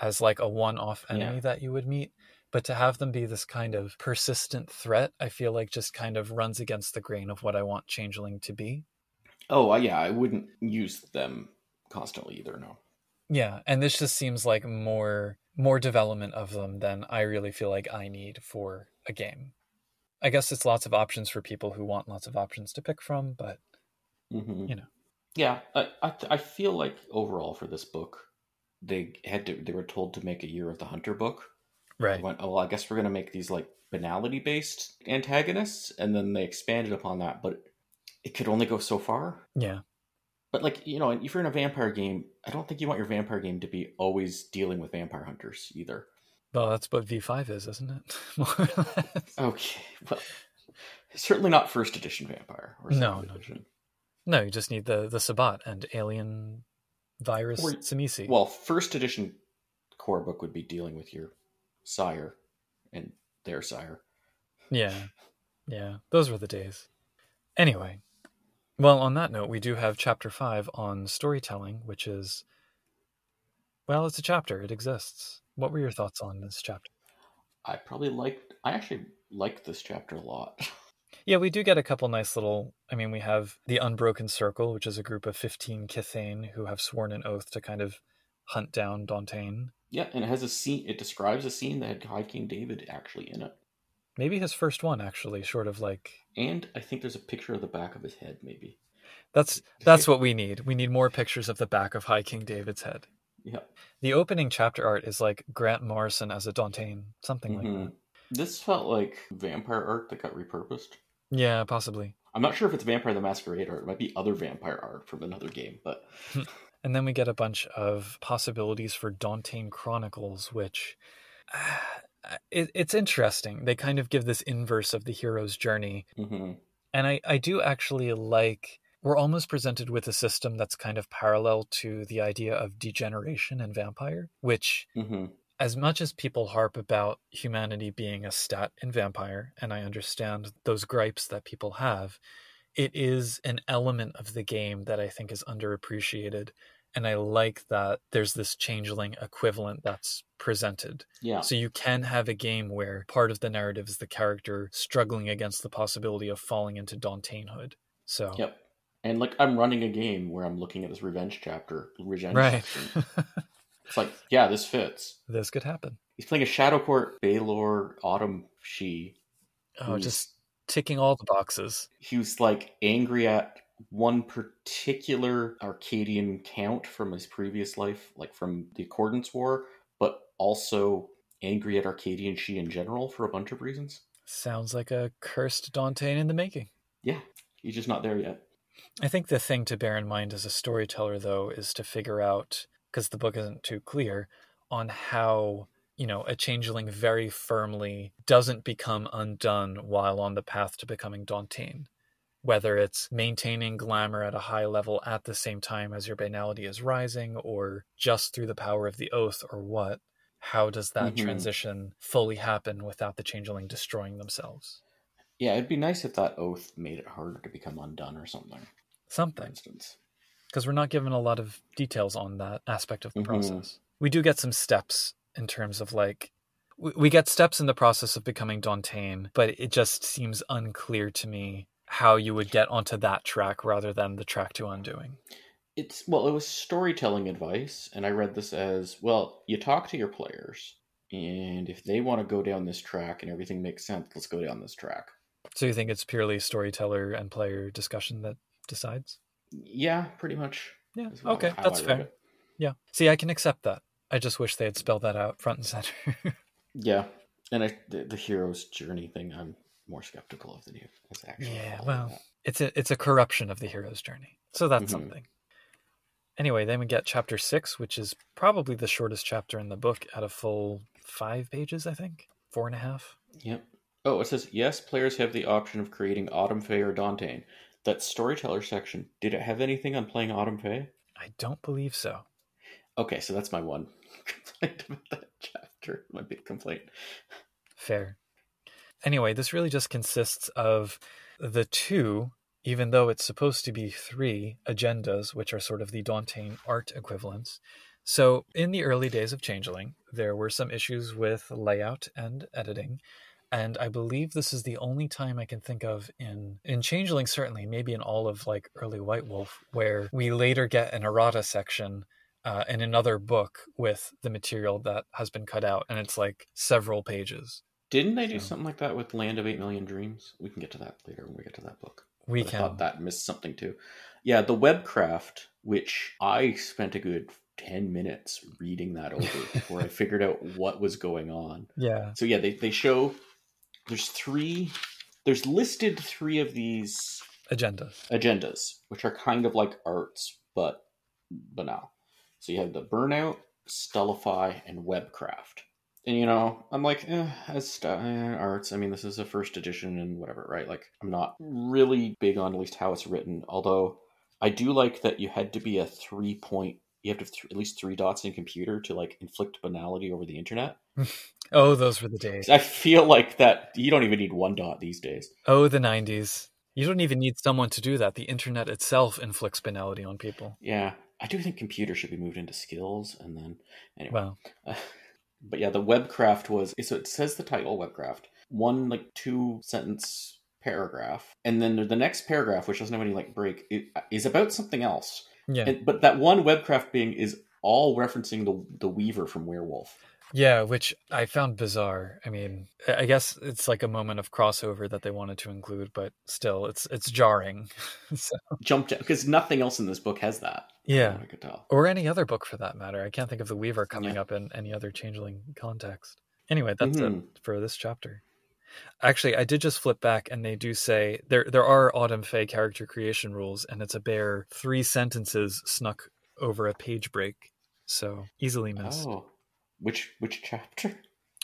S1: as like a one off enemy
S2: Yeah.
S1: that you would meet. But to have them be this kind of persistent threat, I feel like just kind of runs against the grain of what I want Changeling to be.
S2: Oh, I- yeah. I wouldn't use them constantly either. No.
S1: Yeah, and this just seems like more more development of them than I really feel like I need for a game. I guess it's lots of options for people who want lots of options to pick from, but
S2: Mm-hmm.
S1: You know.
S2: Yeah, I, I I feel like overall for this book, they had to they were told to make a Year of the Hunter book.
S1: right.
S2: They went, oh, well, I guess we're going to make these like banality based antagonists. And then they expanded upon that, but it could only go so far.
S1: Yeah.
S2: But like, you know, if you're in a vampire game, I don't think you want your vampire game to be always dealing with vampire hunters either.
S1: Well, that's what V5 is, isn't it? *laughs* More or less.
S2: Okay. Well, certainly not first edition vampire or
S1: No,
S2: second
S1: no.
S2: edition.
S1: No, you just need the the Sabat and alien virus
S2: Or-
S1: Samisi.
S2: Well, first edition core book would be dealing with your sire and their sire.
S1: yeah. Yeah. Those were the days. Anyway. Well, on that note, we do have chapter 5 on storytelling, which is well, it's a chapter. It exists. What were your thoughts on this chapter?
S2: I probably liked, I actually liked this chapter a lot. *laughs*
S1: Yeah, we do get a couple nice little. I mean, we have the Unbroken Circle, which is a group of 15 Kithane who have sworn an oath to kind of hunt down Dantain.
S2: Yeah, and it has a scene. It describes a scene that had High King David actually in it,
S1: Maybe his first one, actually, short of like
S2: and I think there's a picture of the back of his head, maybe.
S1: That's *laughs*
S2: *laughs*
S1: that's what we need. We need more pictures of the back of High King David's head.
S2: Yeah.
S1: The opening chapter art is like Grant Morrison as a Dantain, something like
S2: Mhm. This felt like vampire art that got repurposed.
S1: that. Yeah, possibly.
S2: I'm not sure if it's Vampire the Masquerade art. It might be other vampire art from another game,
S1: *laughs*
S2: but *laughs*
S1: And then we get a bunch of possibilities for Dantain Chronicles, which ah, *sighs* it, it's interesting. They kind of give this inverse of the hero's journey,
S2: Mhm.
S1: and I I do actually like. We're almost presented with a system that's kind of parallel to the idea of degeneration and vampire, which
S2: Mhm.
S1: as much as people harp about humanity being a stat in Vampire, and I understand those gripes that people have, it is an element of the game that I think is underappreciated. And I like that there's this changeling equivalent that's presented.
S2: yeah,
S1: So you can have a game where part of the narrative is the character struggling against the possibility of falling into Dantainhood. So,
S2: yep. And like I'm running a game where I'm looking at this revenge chapter, revenge. *laughs*
S1: right. *laughs*
S2: section. It's like yeah, this fits.
S1: this could happen.
S2: He's playing a Shadow Court Baylor Autumn She.
S1: Oh,
S2: who's-
S1: just ticking all the boxes.
S2: he was like angry at one particular Arcadian count from his previous life, like from the Accordance War, but also angry at Arcadian she in general for a bunch of reasons.
S1: Sounds like a cursed Dantain in the making.
S2: Yeah, he's just not there yet.
S1: I think the thing to bear in mind as a storyteller, though, is to figure out, because the book isn't too clear, on how, you know, a changeling very firmly doesn't become undone while on the path to becoming Dantain. whether it's maintaining glamour at a high level at the same time as your banality is rising, or just through the power of the oath, or what. How does that
S2: Mhm.
S1: transition fully happen without the changeling destroying themselves?
S2: Yeah, it'd be nice if that oath made it harder to become undone or something, for
S1: Something.
S2: instance.
S1: because we're not given a lot of details on that aspect of the
S2: Mhm.
S1: process. We do get some steps in terms of like we, we get steps in the process of becoming Dantain, but it just seems unclear to me how you would get onto that track rather than the track to undoing.
S2: It's well, it was storytelling advice, and I read this as well. You talk to your players, and if they want to go down this track and everything makes sense, let's go down this track.
S1: So you think it's purely storyteller and player discussion that decides?
S2: Yeah, pretty much.
S1: Yeah.
S2: is how-
S1: Okay,
S2: how
S1: that's
S2: I read
S1: fair.
S2: it.
S1: Yeah. See, I can accept that. I just wish they had spelled that out front and center. *laughs*
S2: Yeah, and I, the, the hero's journey thing, I'm more skeptical of than you. It's actually
S1: Yeah,
S2: following
S1: well,
S2: that.
S1: it's a it's a corruption of the hero's journey. So that's
S2: Mhm.
S1: something. Anyway, then we get chapter six, which is probably the shortest chapter in the book at a full five pages, I think. Four and a half.
S2: Yep. Oh, it says yes. Players have the option of creating Autumn Fae or Dantane. That storyteller section. Did it have anything on playing Autumn Fae?
S1: I don't believe so.
S2: Okay, so that's my one *laughs* complaint about that chapter. My big complaint.
S1: Fair. Anyway, this really just consists of the two, even though it's supposed to be three agendas, which are sort of the Dantean art equivalents. So, in the early days of Changeling, there were some issues with layout and editing. And I believe this is the only time I can think of in in Changeling, certainly, maybe in all of like early White Wolf, where we later get an errata section uh, in another book with the material that has been cut out, and it's like several pages.
S2: Didn't they do
S1: So-
S2: something like that with Land of Eight Million Dreams? We can get to that later when we get to that book.
S1: We
S2: But I
S1: can.
S2: thought that missed something too. Yeah, the Webcraft, which I spent a good ten minutes reading
S1: *laughs*
S2: that over before I figured out what was going on.
S1: Yeah,
S2: So yeah, they, they show there's three there's listed three of these
S1: agendas.
S2: agendas, which are kind of like arts, but banal. So you have the burnout, stellify, and webcraft. And you know, I'm like, eh, as st- eh, arts, I mean, this is a first edition and whatever, right? Like, I'm not really big on at least how it's written. Although, I do like that you had to be a three point, you have to have th- at least three dots in computer to like inflict banality over the internet.
S1: Oh, those were the days.
S2: I feel like that you don't even need one dot these days.
S1: Oh, the '90s. You don't even need someone to do that. The internet itself inflicts banality on people.
S2: Yeah, I do think computers should be moved into skills, and then anyway.
S1: Wow.
S2: *sighs* but yeah, the webcraft was eh, so it says the title webcraft, one like two sentence paragraph, and then the next paragraph, which doesn't have any like break, i- is about something else.
S1: Yeah.
S2: And, but that one webcraft being is all referencing the the Weaver from Werewolf.
S1: Yeah, which I found bizarre. I mean, I I guess it's like a moment of crossover that they wanted to include, but still, it's it's jarring. *laughs* so,
S2: Jumped out because nothing else in this book has that.
S1: yeah.
S2: I could tell.
S1: or any other book for that matter. I can't think of the Weaver coming
S2: Yeah.
S1: up in any other changeling context. Anyway, that's it
S2: Mhm.
S1: for this chapter. Actually, I did just flip back and they do say there there are Autumn Fae character creation rules and it's a bare three sentences snuck over a page break. So easily missed.
S2: Oh, which which chapter?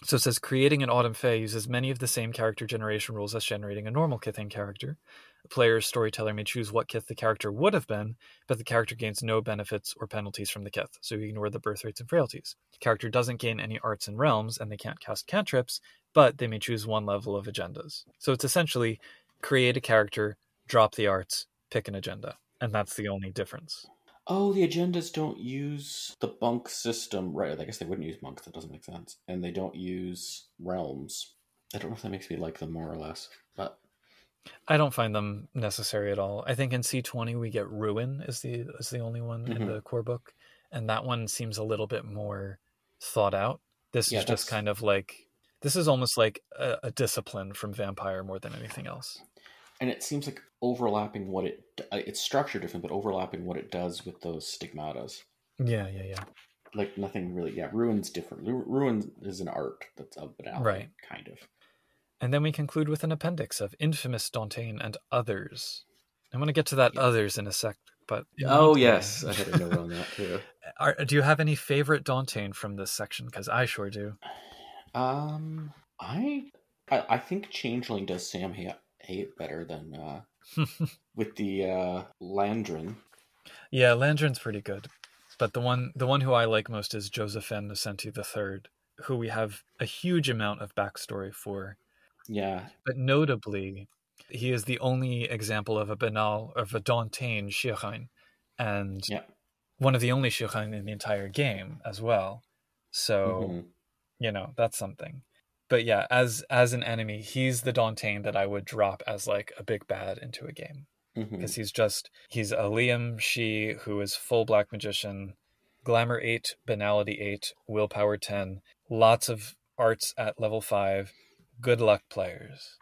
S1: So it says creating an Autumn Fae uses many of the same character generation rules as generating a normal Kithian character. The player's storyteller may choose what Kith the character would have been, but the character gains no benefits or penalties from the Kith, so you ignore the birth rates and frailties. The character doesn't gain any arts and realms, and they can't cast cantrips, but they may choose one level of agendas. So it's essentially create a character, drop the arts, pick an agenda. And that's the only difference.
S2: Oh, the agendas don't use the bunk system, right? I guess they wouldn't use bunks. That doesn't make sense. And they don't use realms. I don't know if that makes me like them more or less, but
S1: I don't find them necessary at all. I think in C twenty we get ruin is the is the only one in
S2: Mhm.
S1: the core book, and that one seems a little bit more thought out. This
S2: Yeah,
S1: is just
S2: that's-
S1: kind of like this is almost like a, a discipline from Vampire more than anything else.
S2: and it seems like overlapping what it uh, it's structure different, but overlapping what it does with those stigmatas.
S1: Yeah, yeah, yeah.
S2: Like nothing really. Yeah, ruins different. Ru- Ruin is an art that's of banality,
S1: Right.
S2: Kind of.
S1: And then we conclude with an appendix of infamous Dantain and others. I'm going to get to that
S2: Yeah. Oh,
S1: others in a sec, but in the meantime-
S2: I had a note on that too.
S1: *laughs* Are, do you have any favorite Dantain from this section? Because I sure do.
S2: Um, I, I I think Changeling does Sam Hay- Hate better than uh,
S1: *laughs*
S2: with the uh, Landrin.
S1: yeah, Landrin's pretty good, but the one the one who I like most is Joseph N. Nocenti III, who we have a huge amount of backstory for.
S2: Yeah,
S1: But notably, he is the only example of a banal of a Dantean Shirhain, and
S2: Yeah.
S1: one of the only Shirhain in the entire game as well. So
S2: Mhm.
S1: you know that's something. But yeah, as as an enemy, he's the Dantean that I would drop as like a big bad into a game
S2: Mhm.
S1: because he's just he's a Liam She who is full black magician, glamour eight, banality eight, willpower ten, lots of arts at level five, good luck players.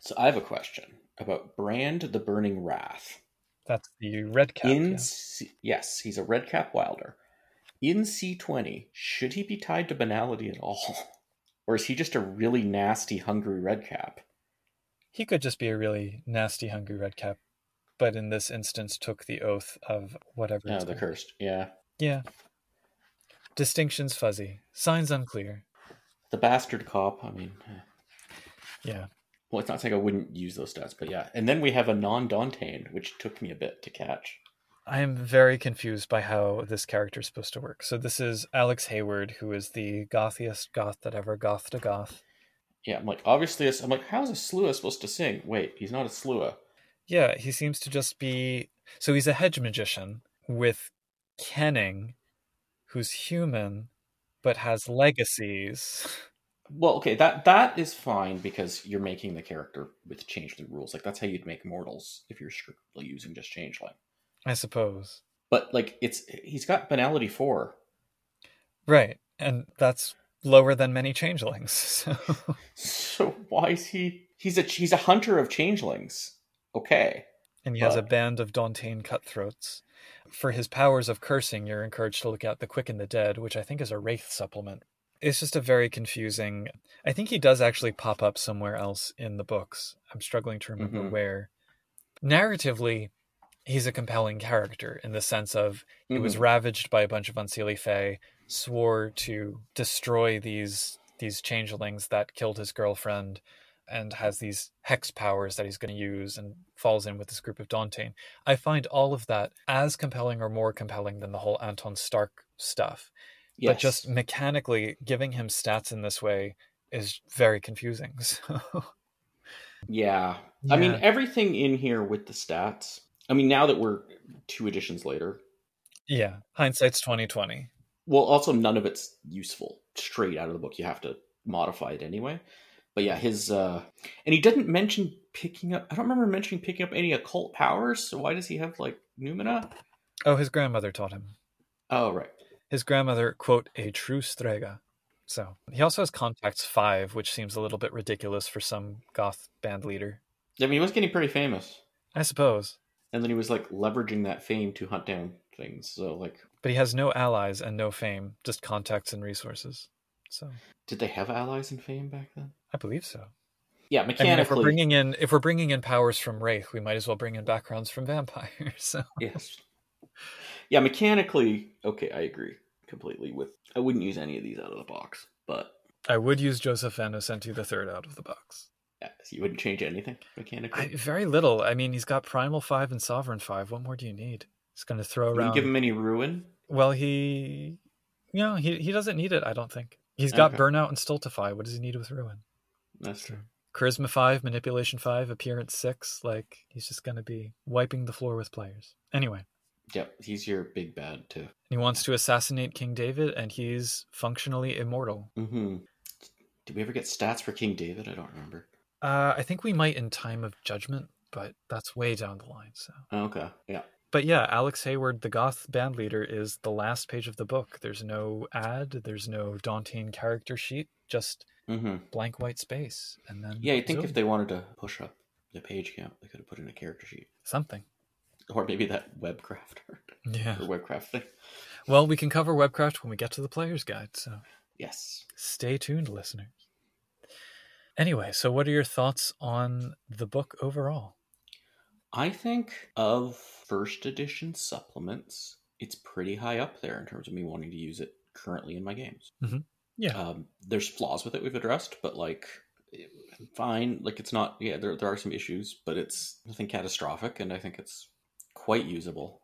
S2: So I have a question about Brand the Burning Wrath.
S1: That's the red cap.
S2: in
S1: yeah.
S2: C- yes, he's a red cap wilder. In C twenty, should he be tied to banality at all, *laughs* or is he just a really nasty, hungry red cap?
S1: He could just be a really nasty, hungry red cap, but in this instance took the oath of whatever.
S2: No,
S1: it's
S2: Oh, Uh, the
S1: called.
S2: cursed. Yeah,
S1: Yeah. Distinctions fuzzy, signs unclear.
S2: the bastard cop. I mean, eh.
S1: Yeah.
S2: well, it's not saying I wouldn't use those stats, but yeah. And then we have a non-Dantean, which took me a bit to catch.
S1: I am very confused by how this character is supposed to work. So this is Alex Hayward, who is the gothiest goth that ever gothed to goth.
S2: Yeah, I'm like, obviously, this, I'm like, how's a slua supposed to sing? Wait, he's not a slua.
S1: Yeah, he seems to just be so he's a hedge magician with Kenning, who's human but has legacies. *laughs*
S2: Well, okay, that that is fine because you're making the character with change the rules. Like that's how you'd make mortals if you're strictly using just changeling.
S1: I suppose.
S2: But like it's he's got banality four, *laughs*
S1: Right. And that's lower than many changelings. *laughs* So
S2: so why is he? He's a he's a hunter of changelings. Okay,
S1: and he has a
S2: Fuck.
S1: band of Dantean cutthroats. For his powers of cursing, you're encouraged to look out the quick and the dead, which I think is a wraith supplement. It's just a very confusing. I think he does actually pop up somewhere else in the books. I'm struggling to remember
S2: Mhm.
S1: where. Narratively, he's a compelling character in the sense of he was ravaged by a bunch of unseelie fae swore to destroy these these changelings that killed his girlfriend and has these hex powers that he's going to use and falls in with this group of Dantean. I find all of that as compelling or more compelling than the whole Anton Stark stuff.
S2: Mm-hmm. Yes.
S1: But just mechanically giving him stats in this way is very confusing. *laughs* So
S2: yeah. I mean
S1: Yeah.
S2: everything in here with the stats. I mean now that we're two editions later,
S1: yeah, hindsight's 2020.
S2: well also none of it's useful straight out of the book you have to modify it anyway but yeah his uh and he didn't mention picking up i don't remember mentioning picking up any occult powers so why does he have like numina
S1: Oh, his grandmother taught him.
S2: oh right
S1: his grandmother, quote, a true strega. So he also has contacts five, which seems a little bit ridiculous for some goth band leader.
S2: i mean he was getting pretty famous
S1: I suppose.
S2: and then he was like leveraging that fame to hunt down things so like
S1: But he has no allies and no fame, just contacts and resources. So
S2: did they have allies in fame back then
S1: I believe so.
S2: yeah
S1: I mean, if
S2: mechanically
S1: we're bringing in if we're bringing in powers from Wraith, we might as well bring in backgrounds from vampires. *laughs* So
S2: yes yeah mechanically okay i agree completely with i wouldn't use any of these out of the box but
S1: I would use Joseph Van Nocenti the third out of the box.
S2: yeah, you wouldn't change anything mechanically
S1: I, very little. I mean, he's got Primal Five and Sovereign Five. What more do you need? He's going to throw
S2: You didn't
S1: around.
S2: give him any ruin.
S1: Well, he, you know, he, he doesn't need it. I don't think he's got
S2: Okay.
S1: burnout and stultify. What does he need with ruin?
S2: That's true.
S1: Charisma five, manipulation five, appearance six. Like he's just gonna be wiping the floor with players. Anyway, and
S2: Yep, he's your big bad too.
S1: he wants to assassinate King David, and he's functionally immortal.
S2: Mm-hmm. Did we ever get stats for King David? I don't remember.
S1: Uh, I think we might in time of judgment, but that's way down the line. So,
S2: Oh, okay. Yeah.
S1: but yeah, Alex Hayward, the goth band leader, is the last page of the book. There's no ad. There's no daunting character sheet. Just
S2: Mm-hmm.
S1: blank white space, and then
S2: Yeah, I think
S1: zoom.
S2: if they wanted to push up the page count, they could have put in a character sheet,
S1: something.
S2: or maybe that web craft art
S1: Yeah.
S2: *laughs* or web craft thing.
S1: Well, we can cover Webcraft when we get to the player's guide, so
S2: Yes.
S1: stay tuned, listeners. Anyway, so what are your thoughts on the book overall?
S2: I think of first edition supplements, it's pretty high up there in terms of me wanting to use it currently in my games.
S1: Mhm. Yeah.
S2: Um, there's flaws with it we've addressed, but like fine. Like it's not. Yeah, there there are some issues, but it's nothing catastrophic, and I think it's quite usable.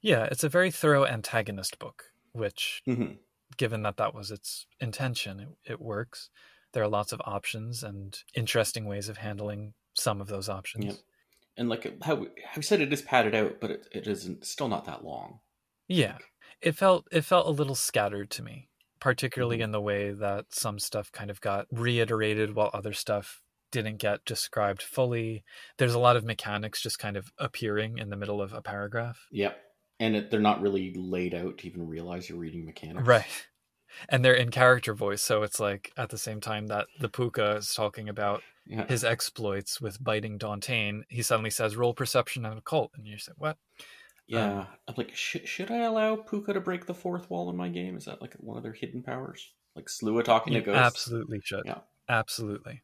S1: Yeah, it's a very thorough antagonist book, which,
S2: hmm
S1: given that that was its intention, it, it works. There are lots of options and interesting ways of handling some of those options.
S2: Yep. And like how we, how we said, it is padded out, but it, it isn't. Still not that long.
S1: Yeah. It felt it felt a little scattered to me, particularly
S2: Mhm.
S1: in the way that some stuff kind of got reiterated while other stuff didn't get described fully. There's a lot of mechanics just kind of appearing in the middle of a paragraph.
S2: Yep. And it, they're not really laid out to even realize you're reading mechanics.
S1: Right. *laughs* And they're in character voice, so it's like at the same time that the Puka is talking about
S2: Yeah.
S1: his exploits with biting Dantain, he suddenly says roll perception and occult and you say what?
S2: yeah. Uh, I'm like, sh- should I allow Puka to break the fourth wall in my game? Is that like one of their hidden powers? Like Slua talking
S1: You
S2: to ghosts?
S1: absolutely should.
S2: Yeah.
S1: Absolutely.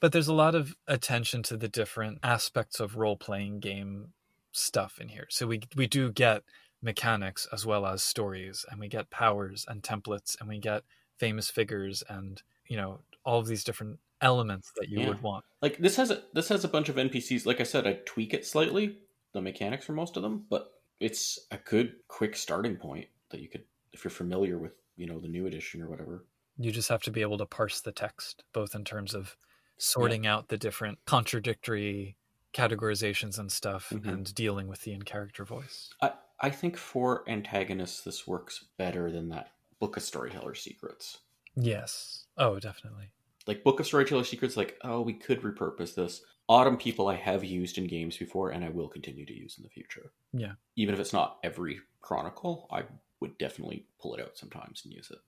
S1: But there's a lot of attention to the different aspects of role playing game stuff in here. So we we do get mechanics as well as stories and we get powers and templates and we get famous figures and you know all of these different elements that you
S2: Yeah.
S1: would want.
S2: like this has a, this has a bunch of npcs like i said i tweak it slightly the mechanics for most of them but it's a good quick starting point that you could if you're familiar with you know the new edition or whatever
S1: You just have to be able to parse the text both in terms of sorting out the different contradictory categorizations and stuff
S2: Mhm.
S1: and dealing with the in character voice.
S2: i i think for antagonists this works better than that book of storyteller secrets
S1: Yes. Oh, definitely.
S2: like book of storyteller secrets like oh we could repurpose this autumn people i have used in games before and i will continue to use in the future
S1: Yeah.
S2: even if it's not every chronicle i would definitely pull it out sometimes and use it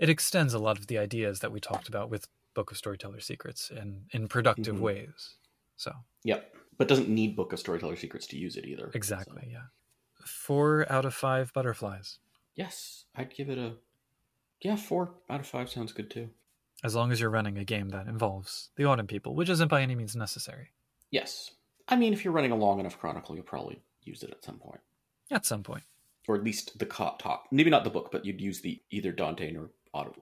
S1: it extends a lot of the ideas that we talked about with Book of Storyteller Secrets in in productive
S2: Mhm.
S1: ways. So
S2: Yep. But doesn't need Book of Storyteller Secrets to use it either.
S1: exactly,
S2: So,
S1: yeah. Four out of five butterflies,
S2: yes, I'd give it a yeah four out of five. Sounds good too.
S1: as long as you're running a game that involves the Autumn People, which isn't by any means necessary
S2: Yes, I mean if you're running a long enough chronicle, you'll probably use it at some point,
S1: at some point.
S2: or at least the co- top. Maybe not the book, but you'd use the either Dante or Autumn.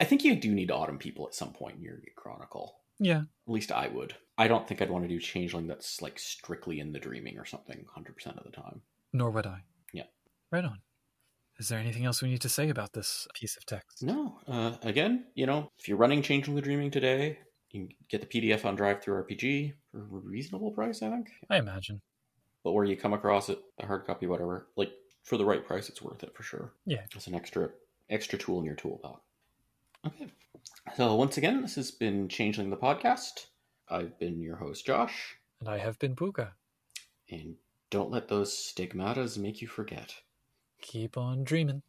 S2: I think you do need Autumn people at some point in your chronicle.
S1: Yeah,
S2: At least I would. I don't think I'd want to do Changeling that's like strictly in the dreaming or something, hundred percent of the time.
S1: nor would I.
S2: Yeah.
S1: right on. Is there anything else we need to say about this piece of text?
S2: No. Uh, again, you know, if you're running Changing the Dreaming today, you can get the PDF on Drive Through RPG for a reasonable price, I think.
S1: I imagine.
S2: But where you come across it, the hard copy, whatever, like for the right price, it's worth it for sure.
S1: Yeah.
S2: it's an extra extra tool in your toolbox. Okay. So once again, this has been Changeling the podcast. I've been your host, Josh,
S1: And I have been Puka.
S2: and don't let those stigmatas make you forget.
S1: Keep on dreaming.